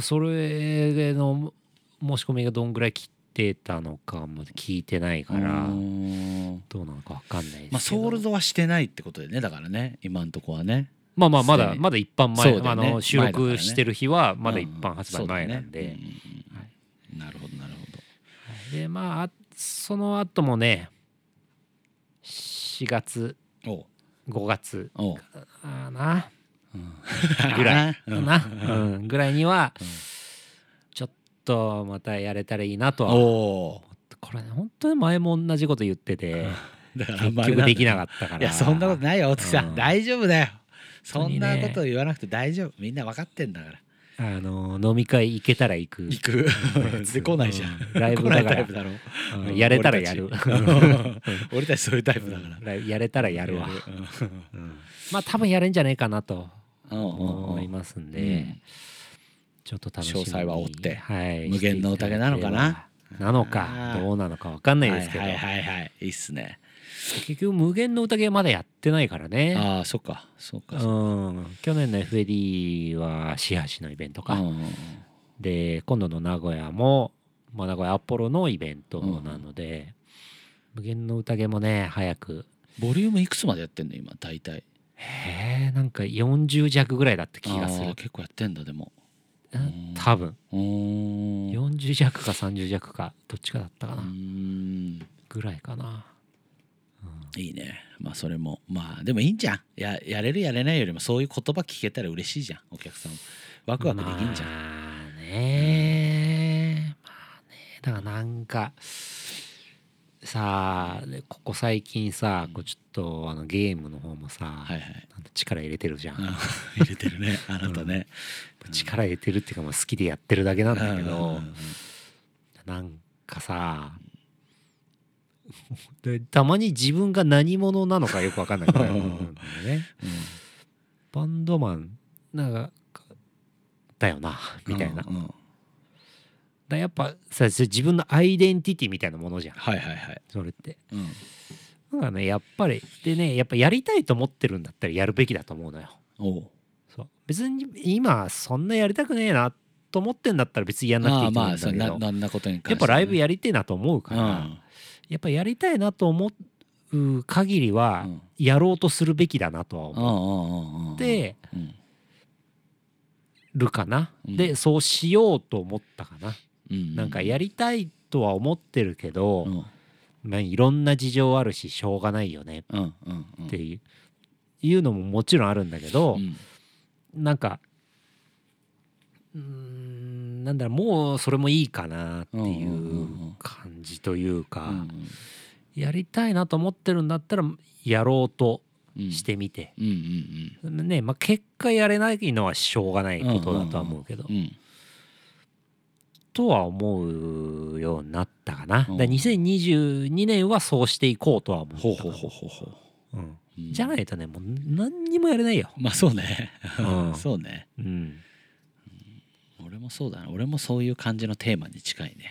Speaker 1: うそれの申し込みがどんぐらい来てたのかも聞いてないか
Speaker 2: うん
Speaker 1: ら、
Speaker 2: うん
Speaker 1: どうなのかわかんないですけど。
Speaker 2: まあソールドはしてないってことでねだからね今んとこはね
Speaker 1: まあまあま
Speaker 2: す
Speaker 1: だ
Speaker 2: でに
Speaker 1: まだ一般前、
Speaker 2: そうだ
Speaker 1: あ
Speaker 2: よね
Speaker 1: の収
Speaker 2: 前だから
Speaker 1: 録
Speaker 2: ね
Speaker 1: してる日はまだ
Speaker 2: うん
Speaker 1: 一般発売前なんで、
Speaker 2: そうだよねうんうんうん
Speaker 1: は
Speaker 2: なるほどなるほど
Speaker 1: でまああその後もね、4月
Speaker 2: おう
Speaker 1: 5月
Speaker 2: おう
Speaker 1: かな。ぐ
Speaker 2: ぐ
Speaker 1: ら
Speaker 2: ら
Speaker 1: い
Speaker 2: い
Speaker 1: かな、うん、ぐらいにはちょっとまたやれたらいいなとは
Speaker 2: おう
Speaker 1: これね本当に前も同じこと言ってて
Speaker 2: だから
Speaker 1: 結局できな
Speaker 2: っ
Speaker 1: かったから
Speaker 2: いやそんなことないよ大月さん、
Speaker 1: うん
Speaker 2: 大丈夫だよそ
Speaker 1: 当に
Speaker 2: ん
Speaker 1: ね
Speaker 2: なこと言わなくて大丈夫みんな分かってんだから
Speaker 1: あの飲み会行けたら行く
Speaker 2: 行く で来ないじゃん、
Speaker 1: うんライブ
Speaker 2: 来な
Speaker 1: だから
Speaker 2: いタイプだろ
Speaker 1: うん
Speaker 2: うん
Speaker 1: やれたらやる
Speaker 2: 俺たちうん 俺たちそういうタイプだから
Speaker 1: ライブやれたらやるわ
Speaker 2: やる
Speaker 1: まあ多分やれんじゃねえかなと
Speaker 2: うんうんうん
Speaker 1: 思
Speaker 2: う
Speaker 1: い
Speaker 2: ん
Speaker 1: ますん
Speaker 2: う
Speaker 1: で
Speaker 2: ん
Speaker 1: ちょっと楽しみに
Speaker 2: 詳細は追って
Speaker 1: はい
Speaker 2: 無限の宴なのかな
Speaker 1: なのか
Speaker 2: あー
Speaker 1: どうなのかわかんない
Speaker 2: は
Speaker 1: で
Speaker 2: い
Speaker 1: すけど
Speaker 2: はいはいはいいいっすね
Speaker 1: 結局無限の宴はまだやってないからね
Speaker 2: ああそっかそっかそっ
Speaker 1: うん、去年の FAD はシハシのイベント
Speaker 2: か
Speaker 1: か、で今度の名古屋も、まあ、名古屋アポロのイベントなので、無限の宴もね早く
Speaker 2: ボリュームいくつまでやってんの今大体
Speaker 1: へえなんか40弱ぐらいだった気がす
Speaker 2: あ
Speaker 1: る
Speaker 2: ー結構やってんだでもー
Speaker 1: 多分
Speaker 2: うーんう
Speaker 1: 40弱か30弱かどっちかだったかな
Speaker 2: ーん
Speaker 1: ぐらいかない
Speaker 2: いねまあそれもまあでもいいんじゃんややれるやれないよりもそういう言葉聞けたら嬉しいじゃんお客さんもワクワクできんじゃん、
Speaker 1: まあねまあねだからなんかさあでここ最近さこうちょっとあのゲームの方もさ、
Speaker 2: はいはい
Speaker 1: なんか力入れてるじゃん、
Speaker 2: あ入れてるね あなたね、
Speaker 1: 力入れてるっていうか、まあ、好きでやってるだけなんだけど、
Speaker 2: うんうんうん
Speaker 1: なんかさでたまに自分が何者なのかよく分かんなくなるんだよねバンドマンなんかだよなみたいな、
Speaker 2: うんうん
Speaker 1: だやっぱさそれ自分のアイデンティティみたいなものじゃん
Speaker 2: はいはいはい、
Speaker 1: それって
Speaker 2: うん、
Speaker 1: だからねやっぱりでねやっぱやりたいと思ってるんだったらやるべきだと思うのよ
Speaker 2: おう
Speaker 1: そう別に今そんなやりたくねえなと思ってんだったら別にやんなくていい
Speaker 2: ああ
Speaker 1: と思
Speaker 2: ま
Speaker 1: うん
Speaker 2: あそ
Speaker 1: だ
Speaker 2: う
Speaker 1: けど、
Speaker 2: ななんなことに関
Speaker 1: やっ
Speaker 2: し
Speaker 1: ぱ
Speaker 2: てね
Speaker 1: ライブやりてえなと思うから、やっぱやりたいなと思う限りは
Speaker 2: うん
Speaker 1: やろうとするべきだなとは
Speaker 2: うんう
Speaker 1: 思っ
Speaker 2: んうんうんうん
Speaker 1: て
Speaker 2: うん
Speaker 1: るかな、
Speaker 2: うん
Speaker 1: でそうしようと思ったかな、
Speaker 2: うん
Speaker 1: なんかやりたいとは思ってるけど、
Speaker 2: うん
Speaker 1: まあ、いろんな事情あるししょうがないよね
Speaker 2: うんうんうん
Speaker 1: っていう,、いうのももちろんあるんだけど
Speaker 2: う、ん
Speaker 1: なんかうーんなんだろうもうそれもいいかなってい
Speaker 2: んうんうんう
Speaker 1: うん感じというか、
Speaker 2: うん
Speaker 1: やりたいなと思ってるんだったらやろうと
Speaker 2: うん
Speaker 1: してみて、
Speaker 2: うんうん
Speaker 1: ねまあ、結果やれないのはしょうがないことだとは思うけど、
Speaker 2: うんうん
Speaker 1: とは思うようになったかな、
Speaker 2: うん
Speaker 1: だから2022年はそうしていこうとは思ったか
Speaker 2: ほう
Speaker 1: な
Speaker 2: ほうほうほうほう
Speaker 1: うん
Speaker 2: うん
Speaker 1: じゃないとねもう何にもやれないよ、
Speaker 2: まあそうね
Speaker 1: うん
Speaker 2: そうね
Speaker 1: うん、
Speaker 2: 俺もそうだな俺もそういう感じのテーマに近いね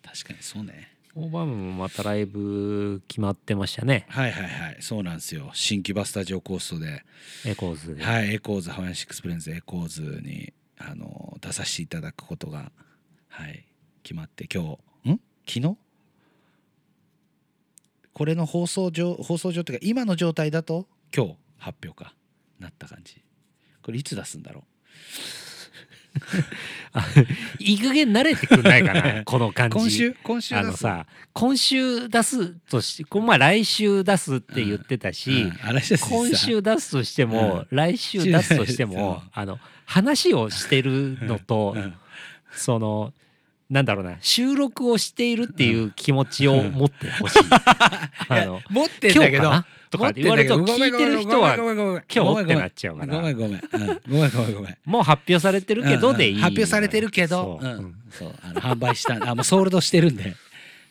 Speaker 2: 確かにそうね
Speaker 1: オバマもまたライブ決まってましたね
Speaker 2: はいはいはいそうなんですよ新木場スタジオコーストで
Speaker 1: エコーズで、
Speaker 2: はい、エコーズハワイアンシックスプレンズエコーズにあの出させていただくことが、はい、決まって今日ん昨日これの放送上放送上っていうか今の状態だと今日発表かなった感じこれいつ出すんだろ
Speaker 1: いい加減慣れてくんないか
Speaker 2: ね
Speaker 1: なこの
Speaker 2: う
Speaker 1: 感じ
Speaker 2: 今週今週出
Speaker 1: あ
Speaker 2: す
Speaker 1: のさ今週出すとしこうまあ来週出すって言ってたし、
Speaker 2: うんあれですね
Speaker 1: 今週出すとしても、来週出すとして も
Speaker 2: そう
Speaker 1: あの話をしてるのと、
Speaker 2: うん
Speaker 1: そのなんだろうな収録をしているっていう気持ちを持ってほ しい。あの
Speaker 2: 持ってん
Speaker 1: 今日
Speaker 2: だけ
Speaker 1: か
Speaker 2: ど
Speaker 1: なとかって言われると
Speaker 2: 持って
Speaker 1: 聞
Speaker 2: ん
Speaker 1: いて
Speaker 2: だけど
Speaker 1: る人は
Speaker 2: ごめんごめん
Speaker 1: 今日
Speaker 2: ごめ
Speaker 1: っ
Speaker 2: ん
Speaker 1: てなっちゃう
Speaker 2: ご
Speaker 1: か
Speaker 2: めんご
Speaker 1: ら
Speaker 2: めんごめんごめんごめんごめんごめんごめん
Speaker 1: もう発表されてるけどでいい
Speaker 2: うん
Speaker 1: の
Speaker 2: うん
Speaker 1: よ。
Speaker 2: 発表されてるけど
Speaker 1: そう
Speaker 2: う
Speaker 1: うん
Speaker 2: んそうあの販売したあもうソールドしてるんで、はい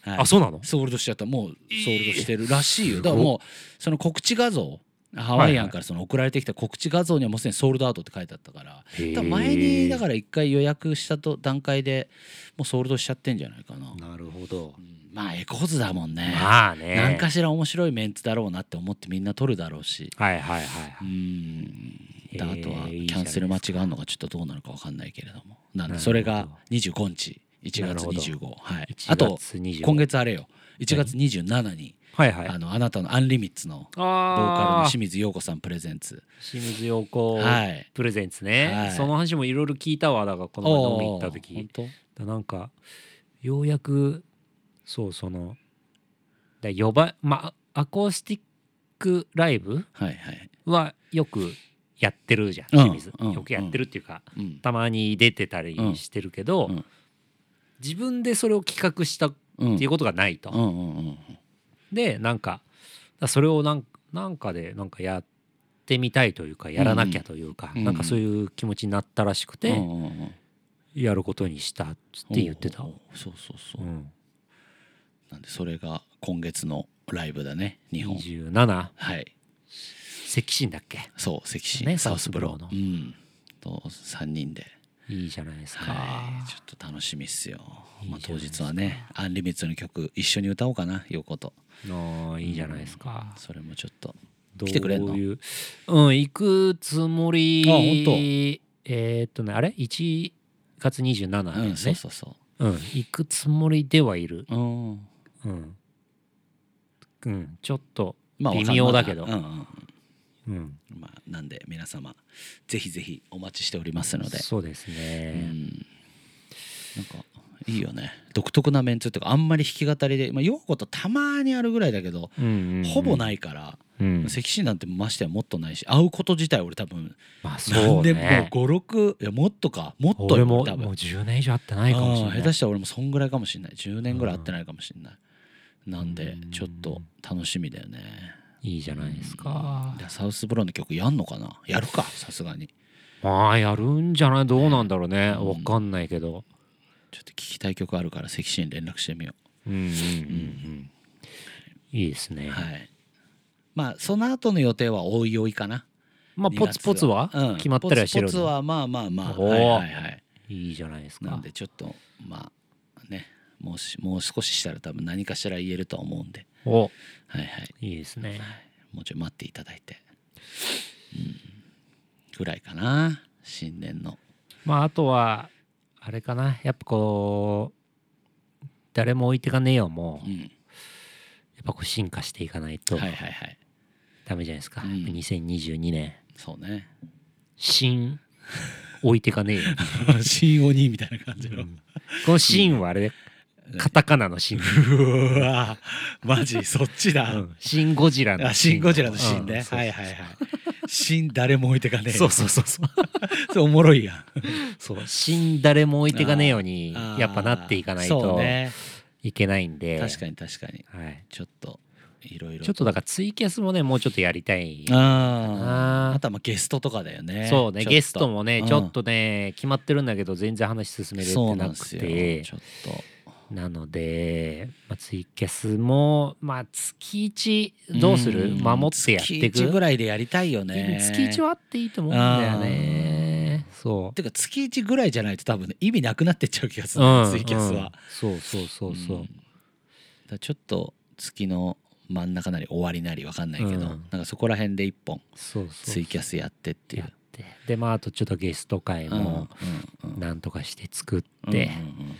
Speaker 1: あそうなの
Speaker 2: ソールドしちゃったもうソールドしてる
Speaker 1: えー
Speaker 2: らしいよ、
Speaker 1: すご
Speaker 2: だ
Speaker 1: っ
Speaker 2: からもうその告知画像ハワイアンからその送られてきた告知画像にはもうすでにソールドアウトって書いてあったから多分前にだから一回予約したと段階でもうソールドしちゃってんじゃないかな、
Speaker 1: なるほど
Speaker 2: う。んまあエコーズだもんね
Speaker 1: まあね。
Speaker 2: 何かしら面白いメンツだろうなって思ってみんな撮るだろうし
Speaker 1: はいはいはい。
Speaker 2: うんであとは
Speaker 1: えー
Speaker 2: キ
Speaker 1: いいじゃないで
Speaker 2: ャン
Speaker 1: すか
Speaker 2: セル待ちがあるのかちょっとどうなるかわかんないけれども
Speaker 1: なるほ
Speaker 2: なんで
Speaker 1: ど
Speaker 2: それが25日1
Speaker 1: なる
Speaker 2: 月
Speaker 1: ほど
Speaker 2: 25はい
Speaker 1: 1
Speaker 2: あと
Speaker 1: 月25
Speaker 2: 今月あれよ1月27に
Speaker 1: はいはい。
Speaker 2: あのあなたの「アンリミッツ」の
Speaker 1: ボ
Speaker 2: ボーカルの
Speaker 1: ー
Speaker 2: 清水陽子さんプレゼンツ
Speaker 1: 清水陽子
Speaker 2: はい
Speaker 1: プレゼンツね、
Speaker 2: はい
Speaker 1: その話もいろいろ聞いたわだからこの前飲みに行った
Speaker 2: おー本
Speaker 1: 時
Speaker 2: 当
Speaker 1: だなんかようやくそうそのだ呼ばまあアコースティックライブ
Speaker 2: はいはい
Speaker 1: はよくやってるじゃん
Speaker 2: うん
Speaker 1: 清水、
Speaker 2: うん
Speaker 1: よくやってるっていうか、
Speaker 2: うん
Speaker 1: たまに出てたりしてるけど、
Speaker 2: うんうん
Speaker 1: 自分でそれを企画したっ
Speaker 2: うん
Speaker 1: ていうことがないと、
Speaker 2: うんうんうん
Speaker 1: でなんかだそれをなんなんかでなんかやってみたいというかやらなきゃというか、
Speaker 2: うん
Speaker 1: なんかそういう気持ちになったらしく
Speaker 2: うん
Speaker 1: て、
Speaker 2: うんうんっ
Speaker 1: やることにしたっつって言ってた、う、
Speaker 2: そうそうそうんなんでそれが今月のライブだね日本
Speaker 1: 27
Speaker 2: はい
Speaker 1: 関心だっけ
Speaker 2: そう関心、
Speaker 1: ね
Speaker 2: サウスブロ
Speaker 1: サ
Speaker 2: ー
Speaker 1: ウ
Speaker 2: の
Speaker 1: ス
Speaker 2: う
Speaker 1: ブ
Speaker 2: んと3人で
Speaker 1: いいじゃないですか、
Speaker 2: はい、ちょっと楽しみっすよ。
Speaker 1: いい
Speaker 2: まあ、
Speaker 1: じゃ
Speaker 2: 当
Speaker 1: ないです
Speaker 2: 日
Speaker 1: か
Speaker 2: はね、アンリミッツの曲一緒に歌おうかな、横と。
Speaker 1: ああいいじゃないですか、
Speaker 2: それもちょっと。
Speaker 1: どう
Speaker 2: 来てくれんの
Speaker 1: いううん行くつもり
Speaker 2: あほんと
Speaker 1: えーっとねあれ1月27だよ
Speaker 2: う
Speaker 1: ね、
Speaker 2: ん、そうそうそ
Speaker 1: うん、行くつもりではいる
Speaker 2: う。うん。
Speaker 1: うん、うん、ちょっと
Speaker 2: まわかん
Speaker 1: 微妙だけど
Speaker 2: うんうん
Speaker 1: うん、
Speaker 2: まあ、なんで皆様ぜひぜひお待ちしておりますので、
Speaker 1: そうです
Speaker 2: う
Speaker 1: ね、
Speaker 2: ん、なんかいいよね独特なメンツっていうかあんまり弾き語りで、まあ、陽子とたまにあるぐらいだけど、
Speaker 1: うんうんうん
Speaker 2: ほぼないから、
Speaker 1: うん、
Speaker 2: 関心なんてましてやもっとないし会うこと自体俺多分
Speaker 1: まあそ
Speaker 2: 何
Speaker 1: う
Speaker 2: 年
Speaker 1: ね
Speaker 2: も56いやもっとかもっと
Speaker 1: 俺
Speaker 2: よ
Speaker 1: ももう
Speaker 2: 多分
Speaker 1: 10年以上会ってないかもしれ
Speaker 2: あ
Speaker 1: な
Speaker 2: ー
Speaker 1: い
Speaker 2: 下手したら俺もそんぐらいかもしれない10年ぐらい会ってないかもしれない、なんで
Speaker 1: うん
Speaker 2: ちょっと楽しみだよね
Speaker 1: いいじゃないですか
Speaker 2: いやサウスブローの曲やんのかなやるかさすがに
Speaker 1: まあやるんじゃないどうなんだろうね
Speaker 2: うん
Speaker 1: わかんないけど
Speaker 2: ちょっと聞きたい曲あるから関心に連絡してみよ
Speaker 1: うんうんうんうんいいですね、
Speaker 2: うはいまあその後の予定はおいおいかな
Speaker 1: まあ
Speaker 2: 2
Speaker 1: ポツポツは
Speaker 2: 月うん
Speaker 1: 決まったりはしてる
Speaker 2: ポツポツ
Speaker 1: の、
Speaker 2: はまあまあまあ
Speaker 1: おー
Speaker 2: はいはいはい
Speaker 1: いいじゃないです
Speaker 2: な
Speaker 1: か
Speaker 2: んでちょっとまあねもうしもう少ししたら多分何かしら言えるとは思うんで
Speaker 1: お
Speaker 2: はいはい
Speaker 1: いいですね
Speaker 2: もうちょい待っていただいて、うん、ぐらいかな新年の
Speaker 1: まああとはあれかなやっぱこう誰も置いてかねえよもう
Speaker 2: う
Speaker 1: や
Speaker 2: ん
Speaker 1: っぱこう進化していかないと
Speaker 2: はいはいはい
Speaker 1: ダメじゃないですか、
Speaker 2: うん
Speaker 1: 2022年
Speaker 2: そうね
Speaker 1: 新置いてかねえよ
Speaker 2: 新鬼みたいな感じの、
Speaker 1: この新はあれカタカナの新
Speaker 2: うわマ ジそっちだ、
Speaker 1: うんシン・ゴジラの
Speaker 2: あシン・ゴジラのシーン
Speaker 1: うんそ
Speaker 2: ね、
Speaker 1: うそう
Speaker 2: はいはいはい新誰も置いてかねえ
Speaker 1: そうそうそうそう
Speaker 2: それおもろいやん
Speaker 1: そう新誰も置いてかねえように
Speaker 2: あー
Speaker 1: やっぱなっていかない
Speaker 2: そう
Speaker 1: と
Speaker 2: ね
Speaker 1: いけないんで
Speaker 2: 確かに確かに
Speaker 1: はい、
Speaker 2: ちょっといろいろ
Speaker 1: ちょっとだからツイキャスもねもうちょっとやりたい
Speaker 2: あ
Speaker 1: な
Speaker 2: ああとはまあゲストとかだよね
Speaker 1: そうね
Speaker 2: ちょっと
Speaker 1: ゲストもね、
Speaker 2: うん
Speaker 1: ちょっとね決まってるんだけど全然話進めれ
Speaker 2: そ
Speaker 1: て
Speaker 2: うな
Speaker 1: なん
Speaker 2: で
Speaker 1: く
Speaker 2: すよ
Speaker 1: て
Speaker 2: ちょっと
Speaker 1: なので、まあ、ツイキャスも、まあ、月1どうする
Speaker 2: ん
Speaker 1: 守ってやっていく
Speaker 2: 月1ぐらいでやりたいよね
Speaker 1: 月1はあっていいと思うんだよねそう
Speaker 2: てか月1ぐらいじゃないと多分意味なくなってっちゃう気がする、ツイキャスは、
Speaker 1: うんそうそうそうそう、
Speaker 2: うんだからちょっと月の真ん中なり終わりなりわかんないけど、
Speaker 1: うん
Speaker 2: なんかそこら辺で一本
Speaker 1: そうそう
Speaker 2: ツイキャスやってっていう
Speaker 1: やってでまああとちょっとゲスト会
Speaker 2: うん
Speaker 1: も
Speaker 2: うんうん
Speaker 1: なんとかして作って、
Speaker 2: うんうんうんうん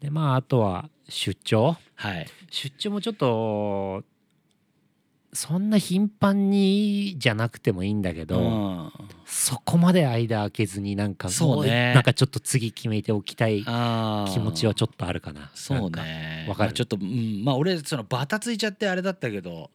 Speaker 1: でまああとは出張
Speaker 2: はい
Speaker 1: 出張もちょっとそんな頻繁にじゃなくてもいいんだけど、
Speaker 2: うん
Speaker 1: そこまで間空けずになんか
Speaker 2: そうね
Speaker 1: もなんかちょっと次決めておきたい
Speaker 2: あー
Speaker 1: 気持ちはちょっとあるかな
Speaker 2: そうね
Speaker 1: わかる
Speaker 2: まあちょっと、うん、まあ俺そのバタついちゃってあれだったけど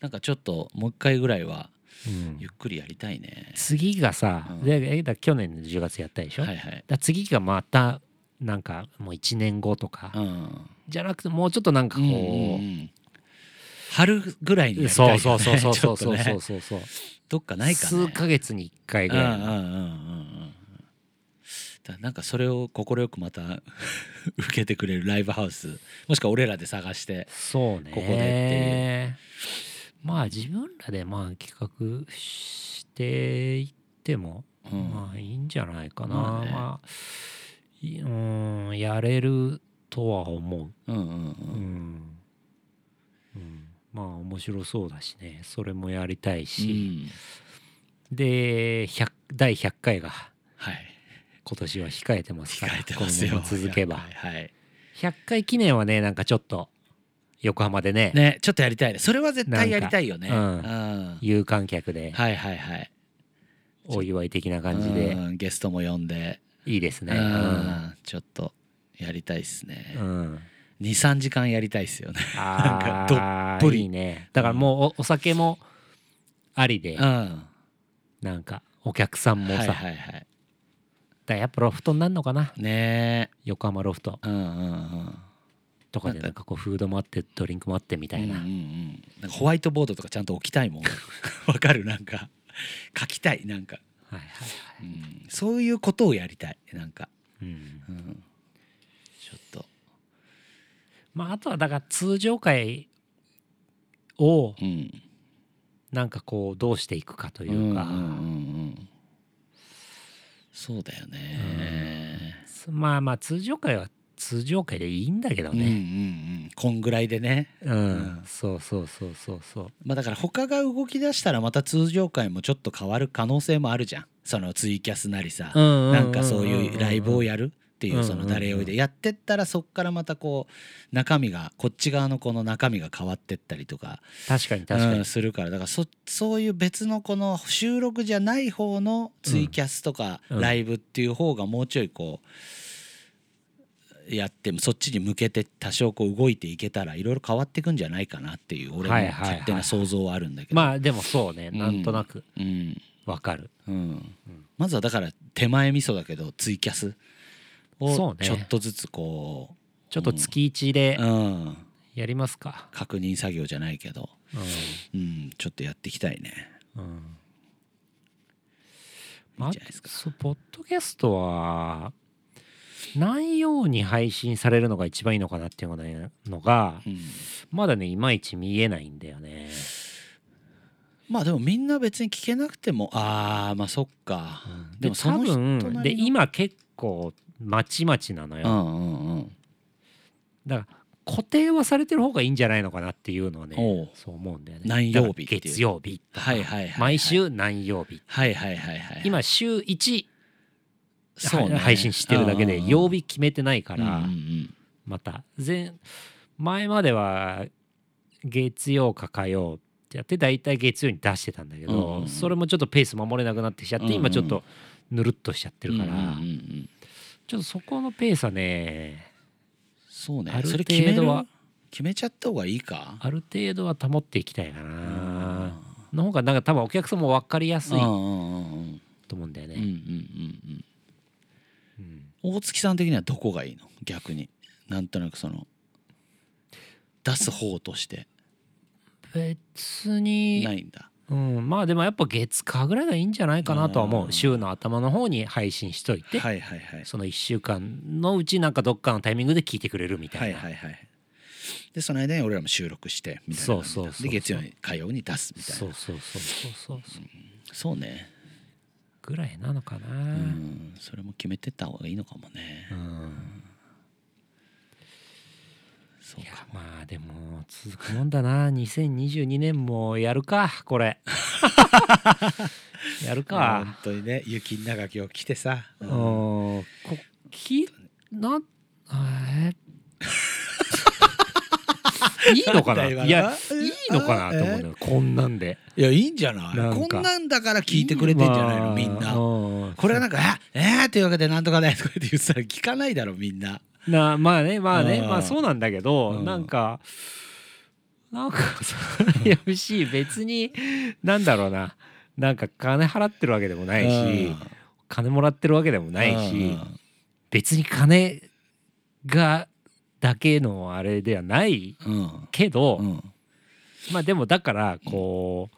Speaker 2: なんかちょっともう一回ぐらいは
Speaker 1: なんかうん
Speaker 2: ゆっくりやりたいね、
Speaker 1: 次がさ、
Speaker 2: うん
Speaker 1: でえだ去年の10月やったでしょ、
Speaker 2: はいはい
Speaker 1: だ次がまたなんかもう1年後とか、
Speaker 2: うん
Speaker 1: じゃなくてもうちょっとなんかこう,、
Speaker 2: 春ぐらいにやりたい
Speaker 1: そうそ
Speaker 2: よね
Speaker 1: うそうそうそう
Speaker 2: ちょ
Speaker 1: そ
Speaker 2: っ
Speaker 1: う
Speaker 2: と
Speaker 1: そ
Speaker 2: ね
Speaker 1: うそうそう、
Speaker 2: どっかないかね
Speaker 1: 数ヶ月に1回
Speaker 2: うん
Speaker 1: ぐ
Speaker 2: うんう
Speaker 1: らい
Speaker 2: んうん
Speaker 1: の
Speaker 2: うんだなんかそれを快くまた 受けてくれるライブハウスもしくは俺らで探して
Speaker 1: そうね
Speaker 2: ここでって
Speaker 1: まあ自分らでまあ企画していっても、
Speaker 2: うん
Speaker 1: まあいいんじゃないかな、
Speaker 2: まあね
Speaker 1: まあいうんやれるとは思
Speaker 2: うんうんう
Speaker 1: う、うんんうん、まあ面白そうだしねそれもやりたいうし、
Speaker 2: ん
Speaker 1: で100第100回が
Speaker 2: はい
Speaker 1: 今年は控えてますから
Speaker 2: 控えてますよ
Speaker 1: このまま続けば
Speaker 2: はいはい
Speaker 1: 100回記念はねなんかちょっと横浜でね
Speaker 2: ねちょっとやりたいねそれは絶対やりたいよね
Speaker 1: なんか
Speaker 2: うん
Speaker 1: 有観客で
Speaker 2: はいはいはい
Speaker 1: お祝い的な感じで
Speaker 2: うんゲストも呼んで
Speaker 1: いいですね
Speaker 2: う
Speaker 1: うん
Speaker 2: んちょっとやりたいっすね、
Speaker 1: うん
Speaker 2: 23時間やりたいっすよね
Speaker 1: あ
Speaker 2: んか
Speaker 1: ー
Speaker 2: どっぷり
Speaker 1: いいねだからもうおお酒もありで
Speaker 2: うんは
Speaker 1: なんかお客さん
Speaker 2: い
Speaker 1: も
Speaker 2: は
Speaker 1: さ
Speaker 2: い
Speaker 1: だか
Speaker 2: はい
Speaker 1: らやっぱロフトになるのかな
Speaker 2: ね
Speaker 1: 横浜ロフト
Speaker 2: えうんうんうん
Speaker 1: とかでなんかこうフードもあってドリンクもあってみたい
Speaker 2: うんう
Speaker 1: なん
Speaker 2: うんなんかホワイトボードとかちゃんと置きた いもんわかるなんか書きたいなんか、
Speaker 1: はいはいは
Speaker 2: うん、そういうことをやりたいなんか、
Speaker 1: いうん
Speaker 2: うん、ちょっと
Speaker 1: まあ、あとはだから通常会を
Speaker 2: うん
Speaker 1: なんかこうどうしていくかと
Speaker 2: と
Speaker 1: いうか、
Speaker 2: んうんうん、そうだよね、
Speaker 1: つまあまあ通常会は通常会でいいんだけど
Speaker 2: うんうんう
Speaker 1: ね
Speaker 2: んこんぐらいでね
Speaker 1: うん、
Speaker 2: うん
Speaker 1: そうそうそうそうそう
Speaker 2: まあだから他が動き出したらまた通常回もちょっと変わる可能性もあるじゃんそのツイキャスなりさ、
Speaker 1: うんうんうんうんうん
Speaker 2: なんかそういうライブをやるっていうその誰酔いでやってったらそっからまたこう中身がこっち側のこの中身が変わってったりとか
Speaker 1: 確かに確か
Speaker 2: うん
Speaker 1: に
Speaker 2: するからだからそそういう別のこの収録じゃない方のツイキャスとか
Speaker 1: うん
Speaker 2: ライブっていう方がもうちょいこうやってもそっちに向けて多少こう動いていけたらいろいろ変わっていくんじゃないかなっていう俺の
Speaker 1: はいはいはい
Speaker 2: 勝手な想像はあるんだけど、
Speaker 1: まあでもそうねなんとなく
Speaker 2: うん
Speaker 1: わかる
Speaker 2: うんまずはだから手前味噌だけどツイキャス
Speaker 1: そ
Speaker 2: を
Speaker 1: うね
Speaker 2: ちょっとずつこ
Speaker 1: ちょっと月一で
Speaker 2: う、うん、
Speaker 1: やりますか
Speaker 2: 確認作業じゃないけど、
Speaker 1: う
Speaker 2: うん、ちょっとやっていきたいね。
Speaker 1: んうん
Speaker 2: いいんじゃないですか
Speaker 1: あそうポッドキャストは何ように配信されるのが一番いいのかなっていうのがねのが
Speaker 2: うん
Speaker 1: まだねいまいち見えないんだよね
Speaker 2: まあでもみんな別に聞けなくてもああまあそっか、
Speaker 1: で
Speaker 2: でもそ
Speaker 1: 多
Speaker 2: の人なりの
Speaker 1: 分で今結構まちまちなの
Speaker 2: う
Speaker 1: よ、
Speaker 2: んうんうん
Speaker 1: だから固定はされてる方がいいんじゃないのかなっていうのは
Speaker 2: お
Speaker 1: ね
Speaker 2: う
Speaker 1: そう思うんだよね
Speaker 2: 何曜日ってい
Speaker 1: だから
Speaker 2: う
Speaker 1: 月曜日とか
Speaker 2: はいはいはいはい
Speaker 1: 毎週何曜日
Speaker 2: はいはいはいはい
Speaker 1: 今週1
Speaker 2: そうね
Speaker 1: 配信してるだけで
Speaker 2: うんうんうん
Speaker 1: 曜日決めてないか
Speaker 2: うんうん
Speaker 1: ら
Speaker 2: うん
Speaker 1: また前前までは月曜か火曜ってやって大体月曜に出してたんだけ
Speaker 2: うんう
Speaker 1: ど
Speaker 2: ん
Speaker 1: それもちょっとペース守れなくなってきちゃっ
Speaker 2: うん
Speaker 1: て
Speaker 2: うん
Speaker 1: 今ちょっとぬるっとしちゃってるか
Speaker 2: うんうん
Speaker 1: ら
Speaker 2: うんうん
Speaker 1: ちょっとそこのペースはね
Speaker 2: そうね
Speaker 1: ある
Speaker 2: それ決め
Speaker 1: 程
Speaker 2: る
Speaker 1: 度は
Speaker 2: 決めちゃった方がいいか
Speaker 1: ある程度は保っていきたいか
Speaker 2: う
Speaker 1: なの方がなんか多分お客さんも分かりやす
Speaker 2: う
Speaker 1: い
Speaker 2: んうんうんうん
Speaker 1: と思うんだよ
Speaker 2: うんうん
Speaker 1: ね。
Speaker 2: うん
Speaker 1: うん
Speaker 2: うん大月さん的にはどこがいいの逆になんとなくその出す方として
Speaker 1: 別に
Speaker 2: ないんだ
Speaker 1: うん、まあでもやっぱ月火ぐらいがいいんじゃないかなとは思
Speaker 2: あー
Speaker 1: う週の頭の方に配信しといて、
Speaker 2: はいはいはい
Speaker 1: その1週間のうちなんかどっかのタイミングで聞いてくれるみた
Speaker 2: はいい
Speaker 1: な、
Speaker 2: はいはいでその間に俺らも収録してみたいな
Speaker 1: そうそうそうそう
Speaker 2: で月曜に火曜に出すみたいな
Speaker 1: そうそうそうそうそうそう
Speaker 2: そうね
Speaker 1: ぐらいなのかな、
Speaker 2: うん、それも決めてった方がいいのかもね、
Speaker 1: うん
Speaker 2: そう
Speaker 1: いや
Speaker 2: か
Speaker 1: まあでも続くもんだな2022年もやるかこ れやる
Speaker 2: 本
Speaker 1: か
Speaker 2: 当にね雪の長きを着てさ、
Speaker 1: う
Speaker 2: うんん
Speaker 1: こきなえー いいのかな
Speaker 2: なんだ今の
Speaker 1: いやいいのかなと思うんだよこんなんで
Speaker 2: いやいいんじゃない
Speaker 1: なんか
Speaker 2: こんなんだから聞いてくれてんじゃないのみんな
Speaker 1: な
Speaker 2: これはなんか「ええー」っていうわけでなんとかねとかって言ってたら聞かないだろみんな
Speaker 1: なまあねまあね
Speaker 2: うん
Speaker 1: まあそうなんだけど
Speaker 2: うん
Speaker 1: なんかなんか さいやし別になんだろうななんか金払ってるわけでもないし金もらってるわけでもないし別に金がだけのあれではない
Speaker 2: うんうん
Speaker 1: けど
Speaker 2: うん
Speaker 1: まあでもだからこ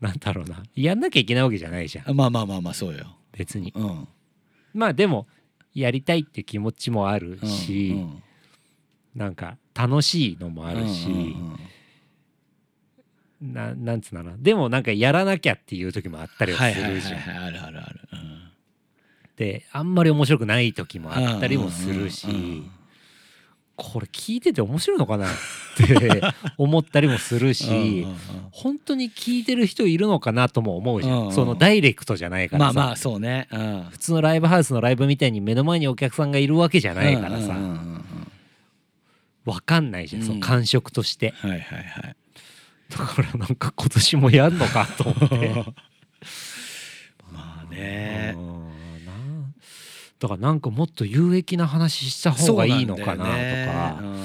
Speaker 1: うなんだろうなやんなきゃいけないわけじゃないじゃん
Speaker 2: あまあまあまあまあそうよ、
Speaker 1: 別に
Speaker 2: うん、
Speaker 1: まあでもやりたいって気持ちもある
Speaker 2: うん
Speaker 1: し、
Speaker 2: うん
Speaker 1: なんか楽しいのもあるし、
Speaker 2: うんうん
Speaker 1: ななんつうのかなでもなんかやらなきゃっていう時もあったりはするじゃん、
Speaker 2: はいはいはいはい、あるあるある、うん
Speaker 1: であんまり面白くない時もあったりもするし、
Speaker 2: うんうんうんうん
Speaker 1: これ聞いてて面白いのかなって 思ったりもするし、
Speaker 2: うんうん
Speaker 1: 本当に聞いてる人いるのかなとも思うじゃん、
Speaker 2: うんうん
Speaker 1: そのダイレクトじゃない
Speaker 2: うん
Speaker 1: から
Speaker 2: ま
Speaker 1: さ、
Speaker 2: あまあそうね、うん、
Speaker 1: 普通のライブハウスのライブみたいに目の前にお客さんがいるわけじゃないからさ、
Speaker 2: うんうんうんうん
Speaker 1: わかんないじゃんその感触として、
Speaker 2: はいはいはい
Speaker 1: だからなんか今年もやんのかと思 って。
Speaker 2: まあね
Speaker 1: うんなんだからなんかもっと有益な話した方がいいのかなとか
Speaker 2: そうなんだよね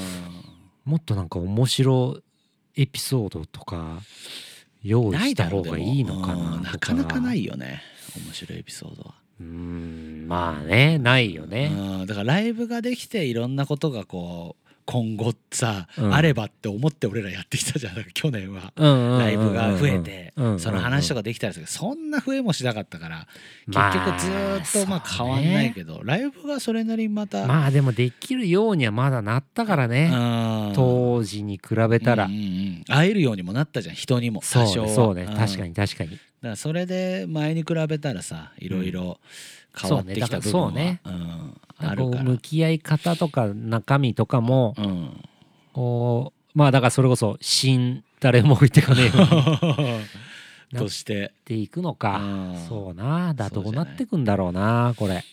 Speaker 1: もっとなんか面白いエピソードとか
Speaker 2: う
Speaker 1: 用
Speaker 2: ん
Speaker 1: 意
Speaker 2: ない
Speaker 1: した
Speaker 2: だ
Speaker 1: 方
Speaker 2: ろうでも
Speaker 1: がいいのかな
Speaker 2: うん
Speaker 1: と
Speaker 2: なかなかないよね面白いエピソードは、
Speaker 1: うんまあねないよね
Speaker 2: うん、だからライブができていろんなことがこう今後さ、
Speaker 1: うん
Speaker 2: あればって思って俺らやってきたじゃんだから去年は。
Speaker 1: ラ
Speaker 2: ライブが増えてその話とかできたりするけどそんな増えもしなかったから結局ずーっとまあ変わんないけどライブがそれなりにまた
Speaker 1: まあでもできるようにはまだなったからね
Speaker 2: あ
Speaker 1: 当時に比べたら
Speaker 2: うんうんうん会えるようにもなったじゃん人にも
Speaker 1: そう
Speaker 2: 多少は
Speaker 1: ねそうね確か
Speaker 2: に
Speaker 1: に確かに
Speaker 2: だからそれで前に比べたらさいろいろ変わってきた部分
Speaker 1: そうね
Speaker 2: は
Speaker 1: だ
Speaker 2: うん
Speaker 1: な
Speaker 2: あ
Speaker 1: んかこ
Speaker 2: る
Speaker 1: う
Speaker 2: から
Speaker 1: 向き合い方とか中身とかも
Speaker 2: うん
Speaker 1: こうまあだからそれこそ新誰も置いてかねえようになっ
Speaker 2: として
Speaker 1: ていくの
Speaker 2: う
Speaker 1: か
Speaker 2: ん
Speaker 1: そうなだ
Speaker 2: そうじ
Speaker 1: ど
Speaker 2: ゃないう
Speaker 1: なってくんだろうなこれ、
Speaker 2: ね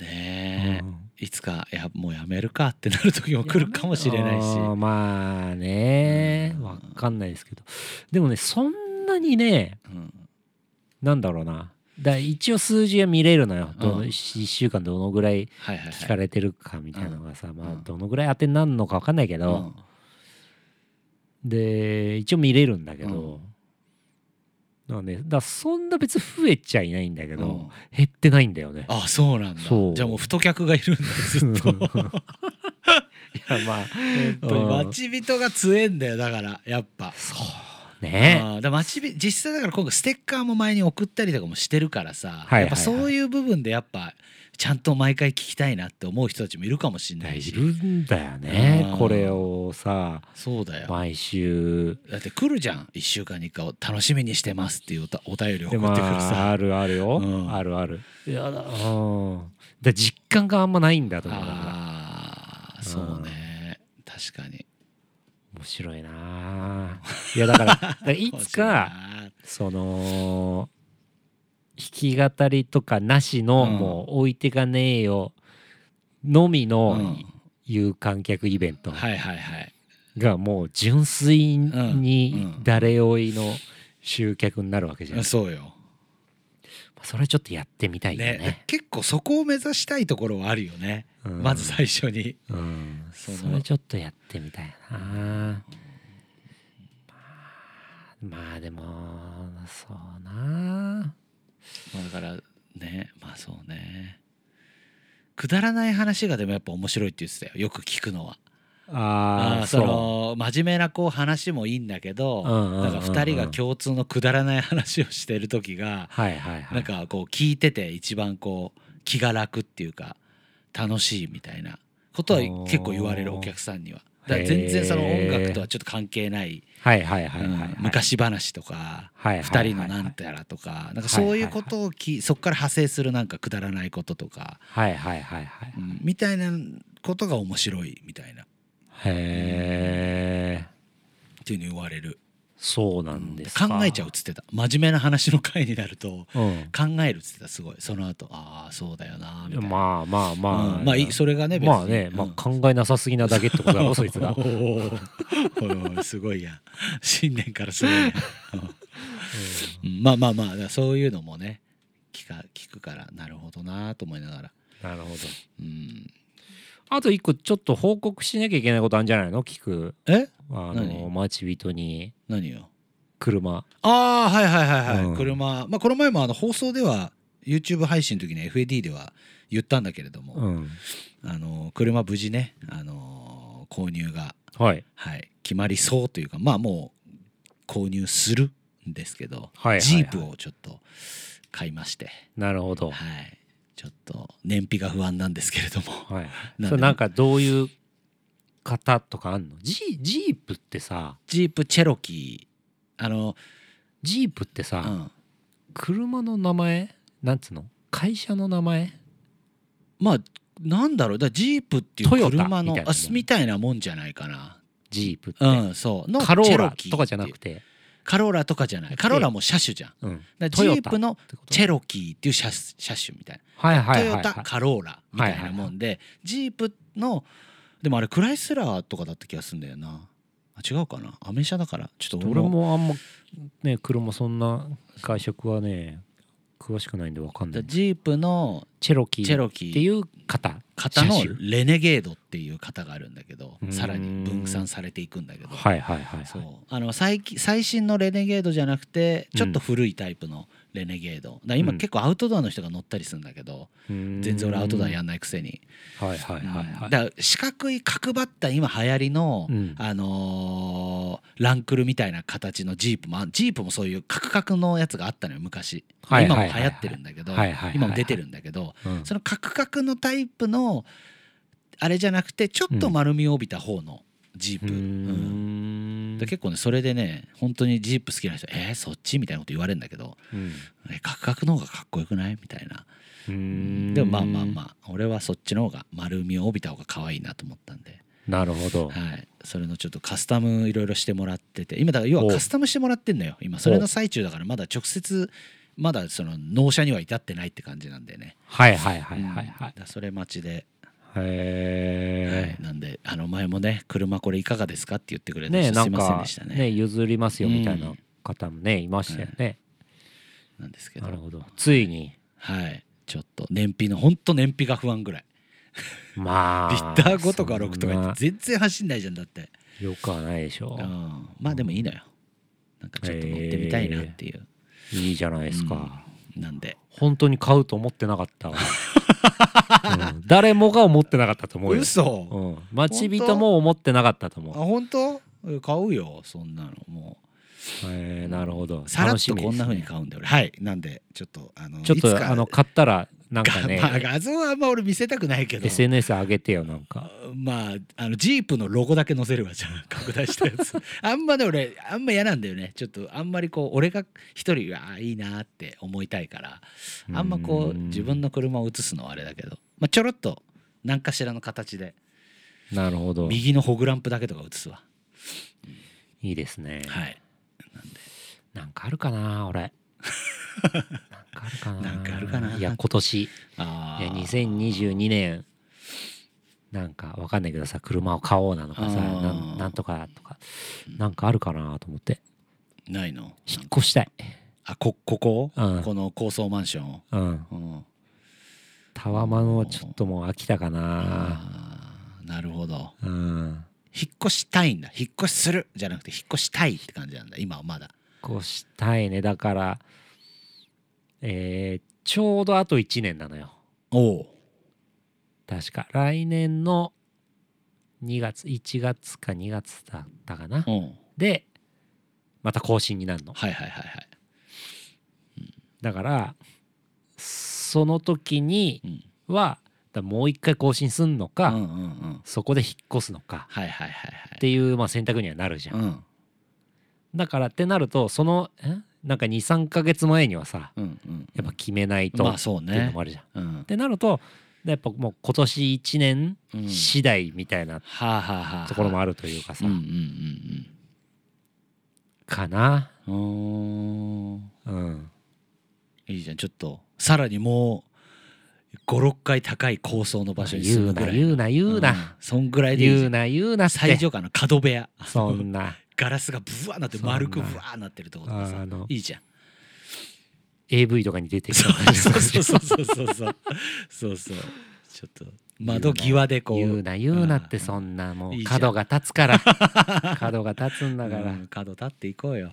Speaker 2: え
Speaker 1: うん
Speaker 2: いつかいやもうやめるかってなる時も来るかもしれないし
Speaker 1: あーまあね
Speaker 2: うん
Speaker 1: わかんないですけどでもねそんなにね
Speaker 2: うん
Speaker 1: なんだろうなだから一応数字は見れるのよ、どの
Speaker 2: うん
Speaker 1: 1週間どのぐらい
Speaker 2: はいはいはい
Speaker 1: 聞かれてるかみたいなのがさ、まあ
Speaker 2: うん
Speaker 1: どのぐらい当てになるのかわかんないけ
Speaker 2: う
Speaker 1: ど、
Speaker 2: ん
Speaker 1: で一応見れるんだけ
Speaker 2: う
Speaker 1: ど、なんでだからそんな別に増えちゃいないんだけど、
Speaker 2: うん
Speaker 1: 減ってないんだよね。
Speaker 2: あそうなんだ
Speaker 1: そう
Speaker 2: じゃあもう太客がいるんだずっと
Speaker 1: い やまあ
Speaker 2: やっぱり待ち人が強えんだよだからやっぱ。
Speaker 1: そう
Speaker 2: あ
Speaker 1: ね。
Speaker 2: ーだから待ち人実際だから今回ステッカーも前に送ったりとかもしてるからさ、
Speaker 1: はいはいはい
Speaker 2: やっぱそういう部分でやっぱちゃんと毎回聞きたいなって思う人たちもいるかもしれない
Speaker 1: い
Speaker 2: し
Speaker 1: るんだよね
Speaker 2: う。ん
Speaker 1: これをさ
Speaker 2: そうだよ
Speaker 1: 毎週
Speaker 2: だって来るじゃん1週間に1回を楽しみにしてますっていうおたお便り送
Speaker 1: で
Speaker 2: っ
Speaker 1: ま
Speaker 2: てくる
Speaker 1: あ
Speaker 2: さ、
Speaker 1: あるあるよ、
Speaker 2: うん
Speaker 1: あるある。いやだ。うん。だ実感があんまないんだと思うから。
Speaker 2: あーそうね確かに
Speaker 1: 面白いな。いやだからだからいつかその弾き語りとかなしの、
Speaker 2: うん
Speaker 1: もう置いてかねえよのみの、
Speaker 2: うん
Speaker 1: 有観客イベント
Speaker 2: はいはいはい
Speaker 1: がもう純粋に
Speaker 2: うんうん
Speaker 1: 誰追いの集客になるわけじゃないですか、
Speaker 2: そうよ
Speaker 1: それちょっとやってみたいよね
Speaker 2: ね結構そこを目指したいところはあるよね、
Speaker 1: うん
Speaker 2: まず最初に
Speaker 1: うん、そ
Speaker 2: その
Speaker 1: れちょっとやってみたいな、まあまあでもそうな
Speaker 2: まあだからねまあそうねくだらない話がでもやっぱ面白いって言ってたよよく聞くのは
Speaker 1: あ
Speaker 2: あ
Speaker 1: あ
Speaker 2: ー
Speaker 1: そ
Speaker 2: そうの真面目なこう話もいいんだけど、
Speaker 1: うんうんうんうん
Speaker 2: なんか2人が共通のくだらない話をしてる時が、
Speaker 1: はいはいはい
Speaker 2: なんかこう聞いてて一番こう気が楽っていうか楽しいみたいなことは
Speaker 1: おー
Speaker 2: 結構言われるお客さんには。
Speaker 1: へー
Speaker 2: だから全然その音楽とはちょっと関係ない、
Speaker 1: はいはいはいはい、
Speaker 2: うん昔話とか、
Speaker 1: はい
Speaker 2: 二人のなんたらとかなんかそういうことをきそこから派生するなんかくだらないこととか、
Speaker 1: はいはいはいはい
Speaker 2: うんみたいなことが面白いみたいなっ
Speaker 1: へえ
Speaker 2: ていうの言われる
Speaker 1: そうなんですか、
Speaker 2: 考えちゃうっつってた真面目な話の回になると
Speaker 1: うん
Speaker 2: 考えるっつってたすごいその後ああそうだよなみたいな
Speaker 1: まあまあまあ、
Speaker 2: うんまあいいそれがね別に
Speaker 1: まあね、ま
Speaker 2: うん
Speaker 1: あ、考えなさすぎなだけってこと だろそいつが
Speaker 2: お、ーおーおーすごいやん新年からすご いやんうんまあまあまあだからそういうのもね聞か聞くからなるほどなと思いながら
Speaker 1: なるほど
Speaker 2: うん
Speaker 1: あと一個ちょっと報告しなきゃいけないことあるんじゃないの聞く
Speaker 2: え
Speaker 1: あの
Speaker 2: 何
Speaker 1: 待ち人に
Speaker 2: 何よ
Speaker 1: 車
Speaker 2: ああはいはいはいはい、
Speaker 1: うん
Speaker 2: 車まあこの前もあの放送では YouTube 配信の時に FAD では言ったんだけれども、
Speaker 1: うん
Speaker 2: あの車無事ね、あの購入が、
Speaker 1: はい
Speaker 2: はい、決まりそうというかまあもう購入するんですけど、
Speaker 1: はいはいはい
Speaker 2: ジープをちょっと買いまして、
Speaker 1: なるほど
Speaker 2: はい、ちょっと燃費が不安なんですけれども
Speaker 1: はい
Speaker 2: なんで
Speaker 1: それなんかどういう方とかあんのジジープってさ
Speaker 2: ジープチェロキーあの、
Speaker 1: ジープって
Speaker 2: う
Speaker 1: さ、
Speaker 2: ん、
Speaker 1: 車の名前なんつうの会社の名前
Speaker 2: まあなんだろうだからジープっていう
Speaker 1: トヨタ
Speaker 2: 車の
Speaker 1: みたいなもん
Speaker 2: あすみたいなもんじゃないかな
Speaker 1: ジープって、
Speaker 2: うん、そう。の
Speaker 1: カロ
Speaker 2: チェ
Speaker 1: ー
Speaker 2: ロ
Speaker 1: ラ
Speaker 2: キ
Speaker 1: とかじゃなくて、
Speaker 2: カローラとかじゃない。カローラも車種じゃん。
Speaker 1: うん、
Speaker 2: だか
Speaker 1: ト
Speaker 2: ら
Speaker 1: ヨ
Speaker 2: ジ
Speaker 1: タ
Speaker 2: ープの
Speaker 1: ってこと
Speaker 2: チェロキーっていう車車種みたい
Speaker 1: はい
Speaker 2: な。
Speaker 1: は
Speaker 2: ト
Speaker 1: いはい、は
Speaker 2: ヨ
Speaker 1: い、
Speaker 2: タ、カローラみたいなもんで、ジープの、でもあれクライスラーとかだった気がするんだよな。あ違うかな。アメ車だから。ちょっと
Speaker 1: 俺
Speaker 2: 俺も。
Speaker 1: もあんまね車そんな外食はね詳しくないんでわかんな
Speaker 2: だ
Speaker 1: い
Speaker 2: からジープの
Speaker 1: チェロキ
Speaker 2: チェ
Speaker 1: ーっ
Speaker 2: ロキ
Speaker 1: て
Speaker 2: ー。
Speaker 1: いう方
Speaker 2: 型の
Speaker 1: 車種
Speaker 2: レネゲードっていう型があるんだけど
Speaker 1: うーん
Speaker 2: さらに分散されていくんだけど、
Speaker 1: はいはいはいはい
Speaker 2: そうあの最近最新のレネゲードじゃなくてちょっと古いタイプのレネゲード、だから今
Speaker 1: うん
Speaker 2: 結構アウトドアの人が乗ったりするんだけど、全然俺アウトドアや
Speaker 1: ん
Speaker 2: んないくせに、
Speaker 1: はいはいはい
Speaker 2: うん
Speaker 1: はい
Speaker 2: だから四角い角張った今流行りの、
Speaker 1: うん
Speaker 2: あのーランクルみたいな形のジープもあジープもそういうカクカクのやつがあったのよ昔、
Speaker 1: はいはいはいはい
Speaker 2: 今も流行ってるんだけど、
Speaker 1: はいはいはいはい
Speaker 2: 今も出てるんだけど、
Speaker 1: うん
Speaker 2: そのカクカクのタイプのあれじゃなくてちょっと丸みを帯びた方のジープ、
Speaker 1: うー
Speaker 2: うん
Speaker 1: ん
Speaker 2: で結構ねそれでね本当にジープ好きな人「えー、そっち?」みたいなこと言われるんだけど
Speaker 1: うん
Speaker 2: 「えカクカクの方がかっこよくない?」みたいな
Speaker 1: うーん
Speaker 2: でもまあまあまあ俺はそっちの方が丸みを帯びた方が可愛いなと思ったんで、
Speaker 1: なるほど
Speaker 2: はい、それのちょっとカスタムいろいろしてもらってて今だから要
Speaker 1: お
Speaker 2: はカスタムしてもらってんのよ今それの最中だからまだ直接まだその納車には至ってないって感じなんでね
Speaker 1: はいはいはいはいはい
Speaker 2: うんだからそれ待ちではい
Speaker 1: へ
Speaker 2: なんであの前もね車これいかがですかって言ってくれ
Speaker 1: え
Speaker 2: た人、
Speaker 1: ねえな
Speaker 2: すい
Speaker 1: ん
Speaker 2: ません
Speaker 1: か
Speaker 2: でしたね
Speaker 1: ね譲りますよみたいうなん方もねいましたよね
Speaker 2: なんですけど
Speaker 1: なるほどついに
Speaker 2: はいちょっと燃費のほんと燃費が不安ぐらい
Speaker 1: まあ
Speaker 2: リッター5とか6
Speaker 1: そ
Speaker 2: とか
Speaker 1: ん
Speaker 2: 言
Speaker 1: な
Speaker 2: って全然走んないじゃんだって、
Speaker 1: よくはないでしょ
Speaker 2: うん、まあでもいいのよなんかちょっと乗ってみたいなっていう、
Speaker 1: いいじゃないですか
Speaker 2: うんなんで
Speaker 1: 本当に買うと思ってなかったわうん誰もが思ってなかったと思うよ
Speaker 2: 嘘
Speaker 1: うん待ち人も思ってなかったと思う
Speaker 2: あ本当え買うよそんなのも
Speaker 1: えーなるほど
Speaker 2: うさらっ
Speaker 1: 楽し
Speaker 2: と
Speaker 1: みですね
Speaker 2: こんな風に買うんだよ俺はいなんでちょっとあの
Speaker 1: ちょっ
Speaker 2: いつ
Speaker 1: と
Speaker 2: か
Speaker 1: あの買ったらなんか
Speaker 2: が まあ、
Speaker 1: ね
Speaker 2: 画像はあんま俺見せたくないけど
Speaker 1: SNS 上げてよなんか
Speaker 2: まああのジープのロゴだけ載せるわじゃあ拡大したやつ あんまね俺あんま嫌なんだよねちょっとあんまりこう俺が一人ああいいなって思いたいからあんまこ
Speaker 1: う
Speaker 2: う
Speaker 1: ん
Speaker 2: 自分の車を写すのはあれだけど、まあ、ちょろっと何かしらの形で
Speaker 1: なるほどい
Speaker 2: 右のホグランプだけとか写すわ
Speaker 1: いですね
Speaker 2: はい
Speaker 1: なんかあるかな俺なんかあるかな
Speaker 2: なんかあるかない
Speaker 1: や今年い
Speaker 2: あ
Speaker 1: や
Speaker 2: ー
Speaker 1: 2022年なんかわかんないけどさ車を買おうなのかさ
Speaker 2: あー
Speaker 1: なんなんとかとかなんかあるかなと思って
Speaker 2: ないの
Speaker 1: 引っ越したい、
Speaker 2: あこここ、
Speaker 1: うん
Speaker 2: この高層マンション、
Speaker 1: うん、
Speaker 2: うん、
Speaker 1: タワマンはちょっともう飽きたかな
Speaker 2: あーなるほど
Speaker 1: うん
Speaker 2: 引っ越したいんだ引っ越しするじゃなくて引っ越したいって感じなんだ今はまだ
Speaker 1: こうしたいねだからえーちょうどあと1年なのよ
Speaker 2: おお
Speaker 1: 確か来年の2月1月か2月だったかな
Speaker 2: うん
Speaker 1: でまた更新になるの
Speaker 2: はいはいはいはい
Speaker 1: だからその時に
Speaker 2: うん
Speaker 1: はだもう一回更新すんの
Speaker 2: う
Speaker 1: か
Speaker 2: んうんうん
Speaker 1: そこで引っ越すのか
Speaker 2: はいはいはいは
Speaker 1: っ
Speaker 2: い
Speaker 1: ていうまあ選択にはなるじゃ
Speaker 2: うんん
Speaker 1: だからってなるとそのえなんか23ヶ月前にはさ
Speaker 2: うんうん
Speaker 1: やっぱ決めないと
Speaker 2: ま
Speaker 1: っ
Speaker 2: あそう
Speaker 1: ていうの
Speaker 2: ね
Speaker 1: もあるじゃん
Speaker 2: うん
Speaker 1: ってなるとやっぱもう今年1年
Speaker 2: うん
Speaker 1: 次第みたいな
Speaker 2: はあはあはあ
Speaker 1: ところも
Speaker 2: あ
Speaker 1: あるというかさ、
Speaker 2: うんうん
Speaker 1: かな、
Speaker 2: うんうんうーん
Speaker 1: うん、
Speaker 2: いいじゃんちょっとさらにもう56階高い高層の場所に住
Speaker 1: 言う
Speaker 2: むぐ
Speaker 1: な
Speaker 2: らい
Speaker 1: 言うな言うな、
Speaker 2: んそんぐらいでいいじ
Speaker 1: 言
Speaker 2: ゃ
Speaker 1: うんな言うなって
Speaker 2: 最上階の角部屋
Speaker 1: そんな
Speaker 2: ガラスがブワーなって
Speaker 1: そんな
Speaker 2: 丸くブワーなってるところとか
Speaker 1: あ
Speaker 2: さ
Speaker 1: の
Speaker 2: いいじゃん
Speaker 1: AV とかに出てく
Speaker 2: そ
Speaker 1: る
Speaker 2: う そうそうそうそうそうそうそうちょっと窓際でこう
Speaker 1: 言うな言うなって
Speaker 2: うん
Speaker 1: そんなも
Speaker 2: いいうじゃん
Speaker 1: 角が立つから 角が立つんだから、
Speaker 2: うん角立っていこうよ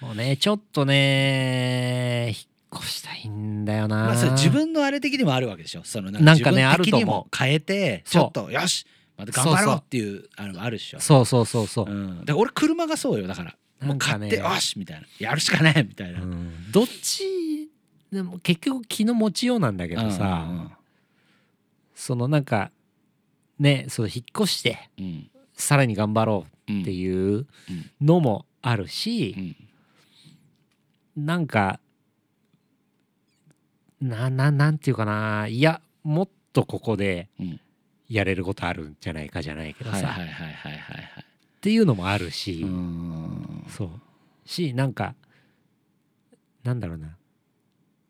Speaker 1: もうねちょっとね引っ越したいんだよな、
Speaker 2: まあそれ自分のあれ的にもあるわけでしょその
Speaker 1: な
Speaker 2: なんん
Speaker 1: か
Speaker 2: か
Speaker 1: ね
Speaker 2: ね
Speaker 1: あ
Speaker 2: あ
Speaker 1: る
Speaker 2: る
Speaker 1: と
Speaker 2: と
Speaker 1: 思
Speaker 2: も変えてち
Speaker 1: そ
Speaker 2: ょ
Speaker 1: う
Speaker 2: っとよしまた頑張
Speaker 1: そう
Speaker 2: ろう
Speaker 1: そう
Speaker 2: っていうあのあるでしょ
Speaker 1: そうそうそうそう、
Speaker 2: うんで俺車がそうよだからも
Speaker 1: な
Speaker 2: うん
Speaker 1: か
Speaker 2: 買
Speaker 1: ね
Speaker 2: ってよしみたいなやるしかねえみたいな
Speaker 1: うんどっちでも結局気の持ちようなんだけどさ、そのなんかねその引っ越して
Speaker 2: うんうん
Speaker 1: さらに頑張ろ
Speaker 2: う
Speaker 1: うっ
Speaker 2: ん
Speaker 1: ていうのもあるし、なんかなななんていうかないやもっとここで
Speaker 2: うん
Speaker 1: やれることあるんじゃないかじゃないけど
Speaker 2: は
Speaker 1: さ、
Speaker 2: いはいはいはいはいはい
Speaker 1: っていうのもあるし、
Speaker 2: うん
Speaker 1: そうしなんかなんだろうな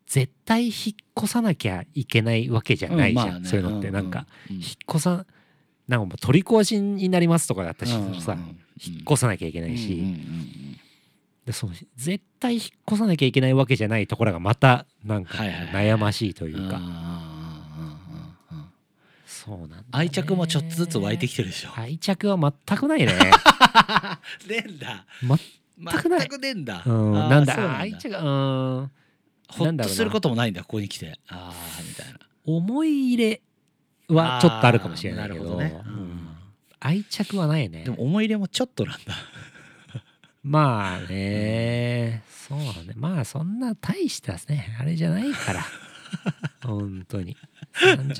Speaker 1: 絶対引っ越さなきゃいけないわけじゃないじゃん、
Speaker 2: まあね
Speaker 1: そういうのってなんか、
Speaker 2: うんうん
Speaker 1: 引っ越さなんかもう取り壊しになりますとかだったしさ、
Speaker 2: うんうん
Speaker 1: 引っ越さなきゃいけないし、
Speaker 2: うんうんうん
Speaker 1: でその絶対引っ越さなきゃいけないわけじゃないところがまたなんか
Speaker 2: はいはいはい
Speaker 1: 悩ましいという
Speaker 2: うん
Speaker 1: か、
Speaker 2: うんうんうんうん
Speaker 1: そうなんだね、
Speaker 2: 愛着もちょっとずつ湧いてきてるでしょ
Speaker 1: 愛着は全く ないね
Speaker 2: ねえんだ
Speaker 1: ま全
Speaker 2: 全
Speaker 1: くない
Speaker 2: くねえんだ
Speaker 1: うん
Speaker 2: あー
Speaker 1: なんだ
Speaker 2: そう
Speaker 1: 愛着うん
Speaker 2: ほ
Speaker 1: なん
Speaker 2: っ
Speaker 1: だろうな
Speaker 2: とすることもないんだここに来てああみたいな
Speaker 1: 思い入れはちょっとあるかもしれないけど
Speaker 2: あーなるほど
Speaker 1: う
Speaker 2: ね
Speaker 1: ん愛着はないね
Speaker 2: でも思い入れもちょっとなんだ
Speaker 1: まあねそうだねまあそんな大したねあれじゃないから 本当に30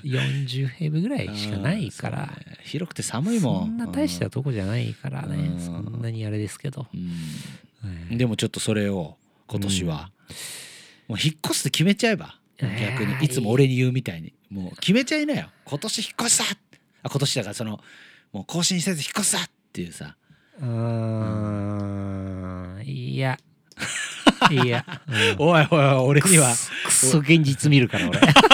Speaker 1: 40平米ぐらいしかないか
Speaker 2: あ
Speaker 1: ら
Speaker 2: ーそうね広くて寒いもん
Speaker 1: そんな大したとこじゃないからね
Speaker 2: うん
Speaker 1: そんなにあれですけど
Speaker 2: うんでもちょっとそれを今年はもう引っ越すって決めちゃえば
Speaker 1: え
Speaker 2: 逆
Speaker 1: ー
Speaker 2: にいつも俺に言うみたいにもう決めちゃいなよ今年引っ越したあ今年だからそのもう更新せず引っ越したっていうさ
Speaker 1: うーんいやいやうん
Speaker 2: おいおいおい俺には
Speaker 1: くすくそ現実見るから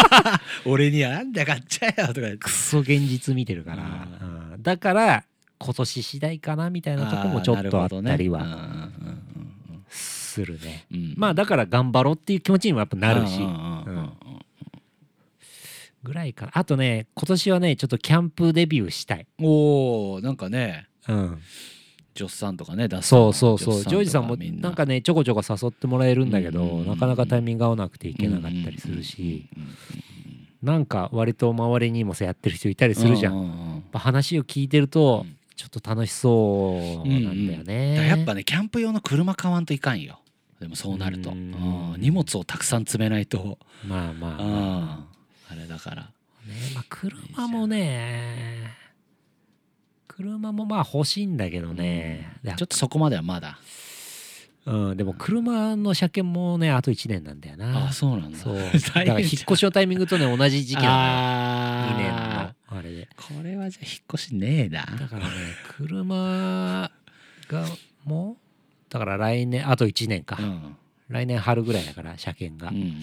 Speaker 1: 俺
Speaker 2: 俺にはなんだ買っちゃえよとか言って
Speaker 1: クソ現実見てるから、うんだから今年次第かなみたいなとこもちょっとあったりは
Speaker 2: あーなるほどね
Speaker 1: するね
Speaker 2: うんうんうんうん
Speaker 1: まあだから頑張ろうっていう気持ちにもやっぱなるし
Speaker 2: うんうんうんうん
Speaker 1: ぐらいかなあとね今年はねちょっとキャンプデビューしたい、
Speaker 2: おおなんかね
Speaker 1: うん、
Speaker 2: ジョスさんとかね出す
Speaker 1: そうそうそうジョージさんも
Speaker 2: み
Speaker 1: なんかねちょこちょこ誘ってもらえるんだけど、
Speaker 2: うんうんうん
Speaker 1: なかなかタイミング合わなくて行けなかったりするし、なんか割と周りにもさやってる人いたりするじゃん、
Speaker 2: う
Speaker 1: やっ
Speaker 2: ううん
Speaker 1: ぱ話を聞いてると、
Speaker 2: うん
Speaker 1: ちょっと楽しそうなんだよね、
Speaker 2: だからやっぱねキャンプ用の車買わんといかんよでもそうなると
Speaker 1: うん
Speaker 2: うん荷物をたくさん詰めないと
Speaker 1: まあまあ、
Speaker 2: うん
Speaker 1: ま
Speaker 2: あれだか
Speaker 1: あ
Speaker 2: ら
Speaker 1: ねまあ車もね車もまあ欲しいんだけどね、いや
Speaker 2: ちょっとそこまではまだ
Speaker 1: うん、でも車の車検もねあと1年なんだよな
Speaker 2: ああそうなんだ
Speaker 1: そうだ
Speaker 2: 大
Speaker 1: から
Speaker 2: 変
Speaker 1: 引っ
Speaker 2: じゃん
Speaker 1: 越しのタイミングとね同じ時期なのよ2年の
Speaker 2: あ
Speaker 1: あれで
Speaker 2: ーこれはじゃあ引っ越しねえな
Speaker 1: だからね車がもうだから来年あと1年か、
Speaker 2: うん
Speaker 1: 来年春ぐらいだから車検が、
Speaker 2: うんうん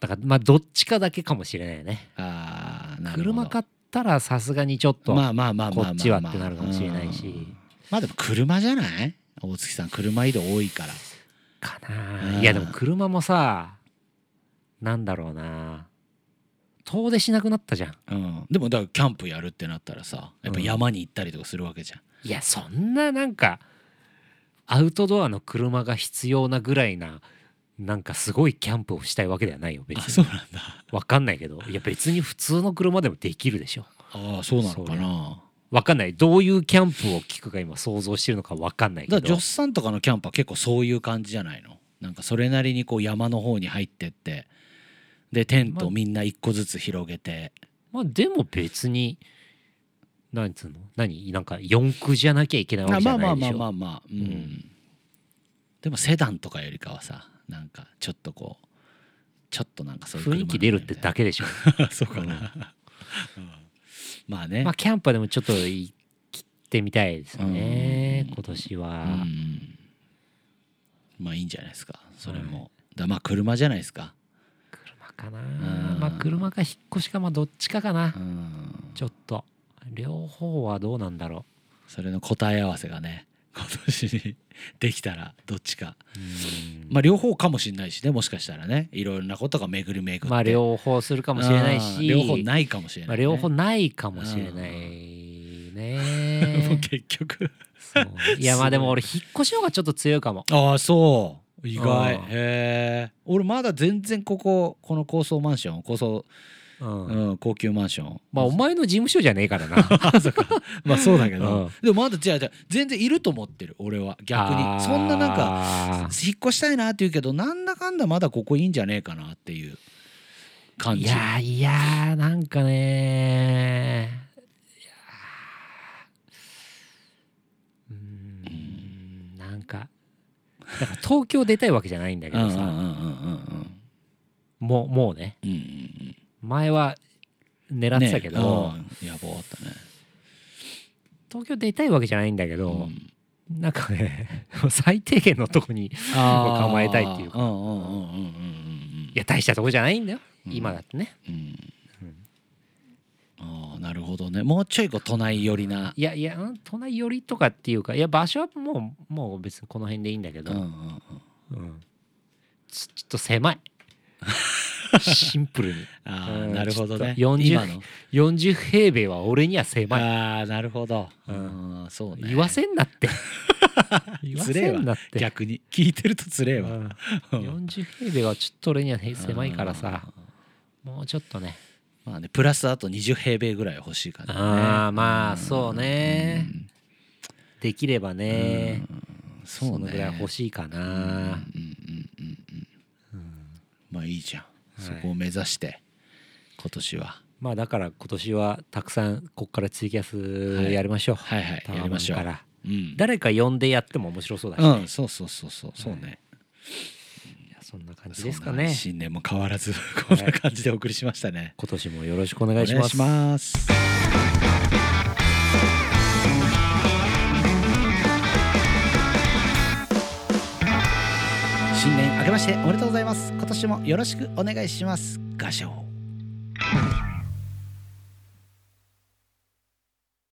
Speaker 1: だからまあどっちかだけかもしれないよね
Speaker 2: あーなるほど
Speaker 1: 車買ったらさすがにちょっと、
Speaker 2: まあまあまあまあまあまあ
Speaker 1: こっちはってなるかもしれないし
Speaker 2: うんまあでも車じゃない大月さん車移動多いから
Speaker 1: かな
Speaker 2: う
Speaker 1: あ
Speaker 2: ん
Speaker 1: いやでも車もさなんだろうな遠出しなくなったじゃん
Speaker 2: うん、でもだからキャンプやるってなったらさやっぱ山に行ったりとかするわけじゃん、
Speaker 1: いやそんななんかアウトドアの車が必要なぐらいななんかすごいキャンプをしたいわけではないよ別
Speaker 2: あ
Speaker 1: に
Speaker 2: そうなんだ
Speaker 1: わかんないけどいや別に普通の車でもできるでしょ
Speaker 2: ああそうなのかな
Speaker 1: わかんないどういうキャンプを聞くか今想像してるのかわかんないけ
Speaker 2: だ
Speaker 1: ど
Speaker 2: からジョスさんとかのキャンプは結構そういう感じじゃないのなんかそれなりにこう山の方に入ってってでテントをみんな一個ずつ広げて、
Speaker 1: まあでも別になんつうの何なんか四駆じゃなきゃいけないわ
Speaker 2: あ
Speaker 1: けじ
Speaker 2: ま
Speaker 1: ゃ
Speaker 2: あま
Speaker 1: な
Speaker 2: あ
Speaker 1: いで
Speaker 2: まあ
Speaker 1: しょ
Speaker 2: まあまあうん、でもセダンとかよりかはさなんかちょっとこうちょっとなんかそういう車
Speaker 1: 雰囲気出るってだけでしょ、
Speaker 2: け そうかな、うんまあね、
Speaker 1: まあキャンプはでもちょっと行ってみたいですね
Speaker 2: うん
Speaker 1: 今年は、
Speaker 2: うんまあいいんじゃないですかそれも、だまあ車じゃないですか、
Speaker 1: 車かな
Speaker 2: うん
Speaker 1: まあ車か引っ越しかまあどっちかかな
Speaker 2: うん、
Speaker 1: ちょっと両方はどうなんだろ
Speaker 2: それの答え合わせがね今年にできたらどっちか
Speaker 1: ううん
Speaker 2: まあ両方かもしれないしねもしかしたらねいろんなことが巡り巡って
Speaker 1: まあ両方するか
Speaker 2: か
Speaker 1: もしれないし
Speaker 2: 両方ないかもしれ
Speaker 1: ま
Speaker 2: な
Speaker 1: あ
Speaker 2: いね、
Speaker 1: 両方ないかもしれない
Speaker 2: もう
Speaker 1: ね
Speaker 2: 結局
Speaker 1: そういやまあでも俺引っ越しの方がちょっと強いかも
Speaker 2: ああそう意外
Speaker 1: あ
Speaker 2: へえ俺まだ全然こここの高層マンション高層、
Speaker 1: うん
Speaker 2: うん、高級マンション
Speaker 1: まあお前の事務所じゃねえからな
Speaker 2: まあそうだけ
Speaker 1: うん
Speaker 2: ど、でもまだ違う違う全然いると思ってる俺は逆
Speaker 1: あー
Speaker 2: にそんななんか引っ越したいなって言うけどなんだかんだまだここいいんじゃねえかなっていう感
Speaker 1: い
Speaker 2: じ
Speaker 1: やーいやーなんかねーいやーうーんなんかだから東京出たいわけじゃないんだけ
Speaker 2: うんう
Speaker 1: ど
Speaker 2: んうんうんうん
Speaker 1: さもうもうね
Speaker 2: うんうん
Speaker 1: 前は狙ってたけ
Speaker 2: ね
Speaker 1: ど、
Speaker 2: うん野望あったね
Speaker 1: 東京出たいわけじゃないんだけ
Speaker 2: う
Speaker 1: ど、
Speaker 2: ん
Speaker 1: なんかね 最低限のとこにい
Speaker 2: あー
Speaker 1: 構えたいっていうか
Speaker 2: うんうんうんうんうんうん
Speaker 1: や大したとこじゃないんだよ、
Speaker 2: うん
Speaker 1: 今だってね
Speaker 2: うんあーなるほどねもうちょいこう都内寄りない
Speaker 1: やいやうん都内寄りとかっていうかいや場所はもうもう別にこの辺でいいんだけ
Speaker 2: う
Speaker 1: ど、
Speaker 2: んうんうん
Speaker 1: ちちょっと狭い シンプルに
Speaker 2: あ
Speaker 1: う
Speaker 2: ー
Speaker 1: ん
Speaker 2: なるほどね
Speaker 1: ちょっと40
Speaker 2: 今の
Speaker 1: 40平米は俺には狭い
Speaker 2: ああなるほど、
Speaker 1: う
Speaker 2: うんん、そうね
Speaker 1: 言わせんなって 言わ
Speaker 2: つれえ
Speaker 1: せんな
Speaker 2: わ
Speaker 1: って
Speaker 2: 逆に聞いてるとつれえ
Speaker 1: う
Speaker 2: わ
Speaker 1: ん40平米はちょっと俺にはへ狭いからさ
Speaker 2: うん
Speaker 1: もうちょっとね
Speaker 2: まあねプラスあと20平米ぐらい欲しいからね
Speaker 1: ああまあそうね
Speaker 2: うん
Speaker 1: できればね
Speaker 2: そうね
Speaker 1: そのぐらい欲しいか
Speaker 2: うんうんうん
Speaker 1: な
Speaker 2: うんまあいいじゃん、
Speaker 1: い
Speaker 2: そこを目指して今年は
Speaker 1: まあだから今年はたくさんこっからツイキャスやりましょう
Speaker 2: はいはい
Speaker 1: タワ
Speaker 2: やりましょう
Speaker 1: マンから
Speaker 2: うん、
Speaker 1: 誰か呼んでやっても面白そうだしね
Speaker 2: うん、そうそうそうそうそうね、
Speaker 1: いやそんな感じですか
Speaker 2: そんな
Speaker 1: ね
Speaker 2: 新年も変わらずこんな感じでお送りしましたね、
Speaker 1: 今年もよろしくお願いし
Speaker 2: お願
Speaker 1: ま
Speaker 2: いし
Speaker 1: す
Speaker 2: ます新年明けましておめでとうございます今年もよろしくお願いしますガショウ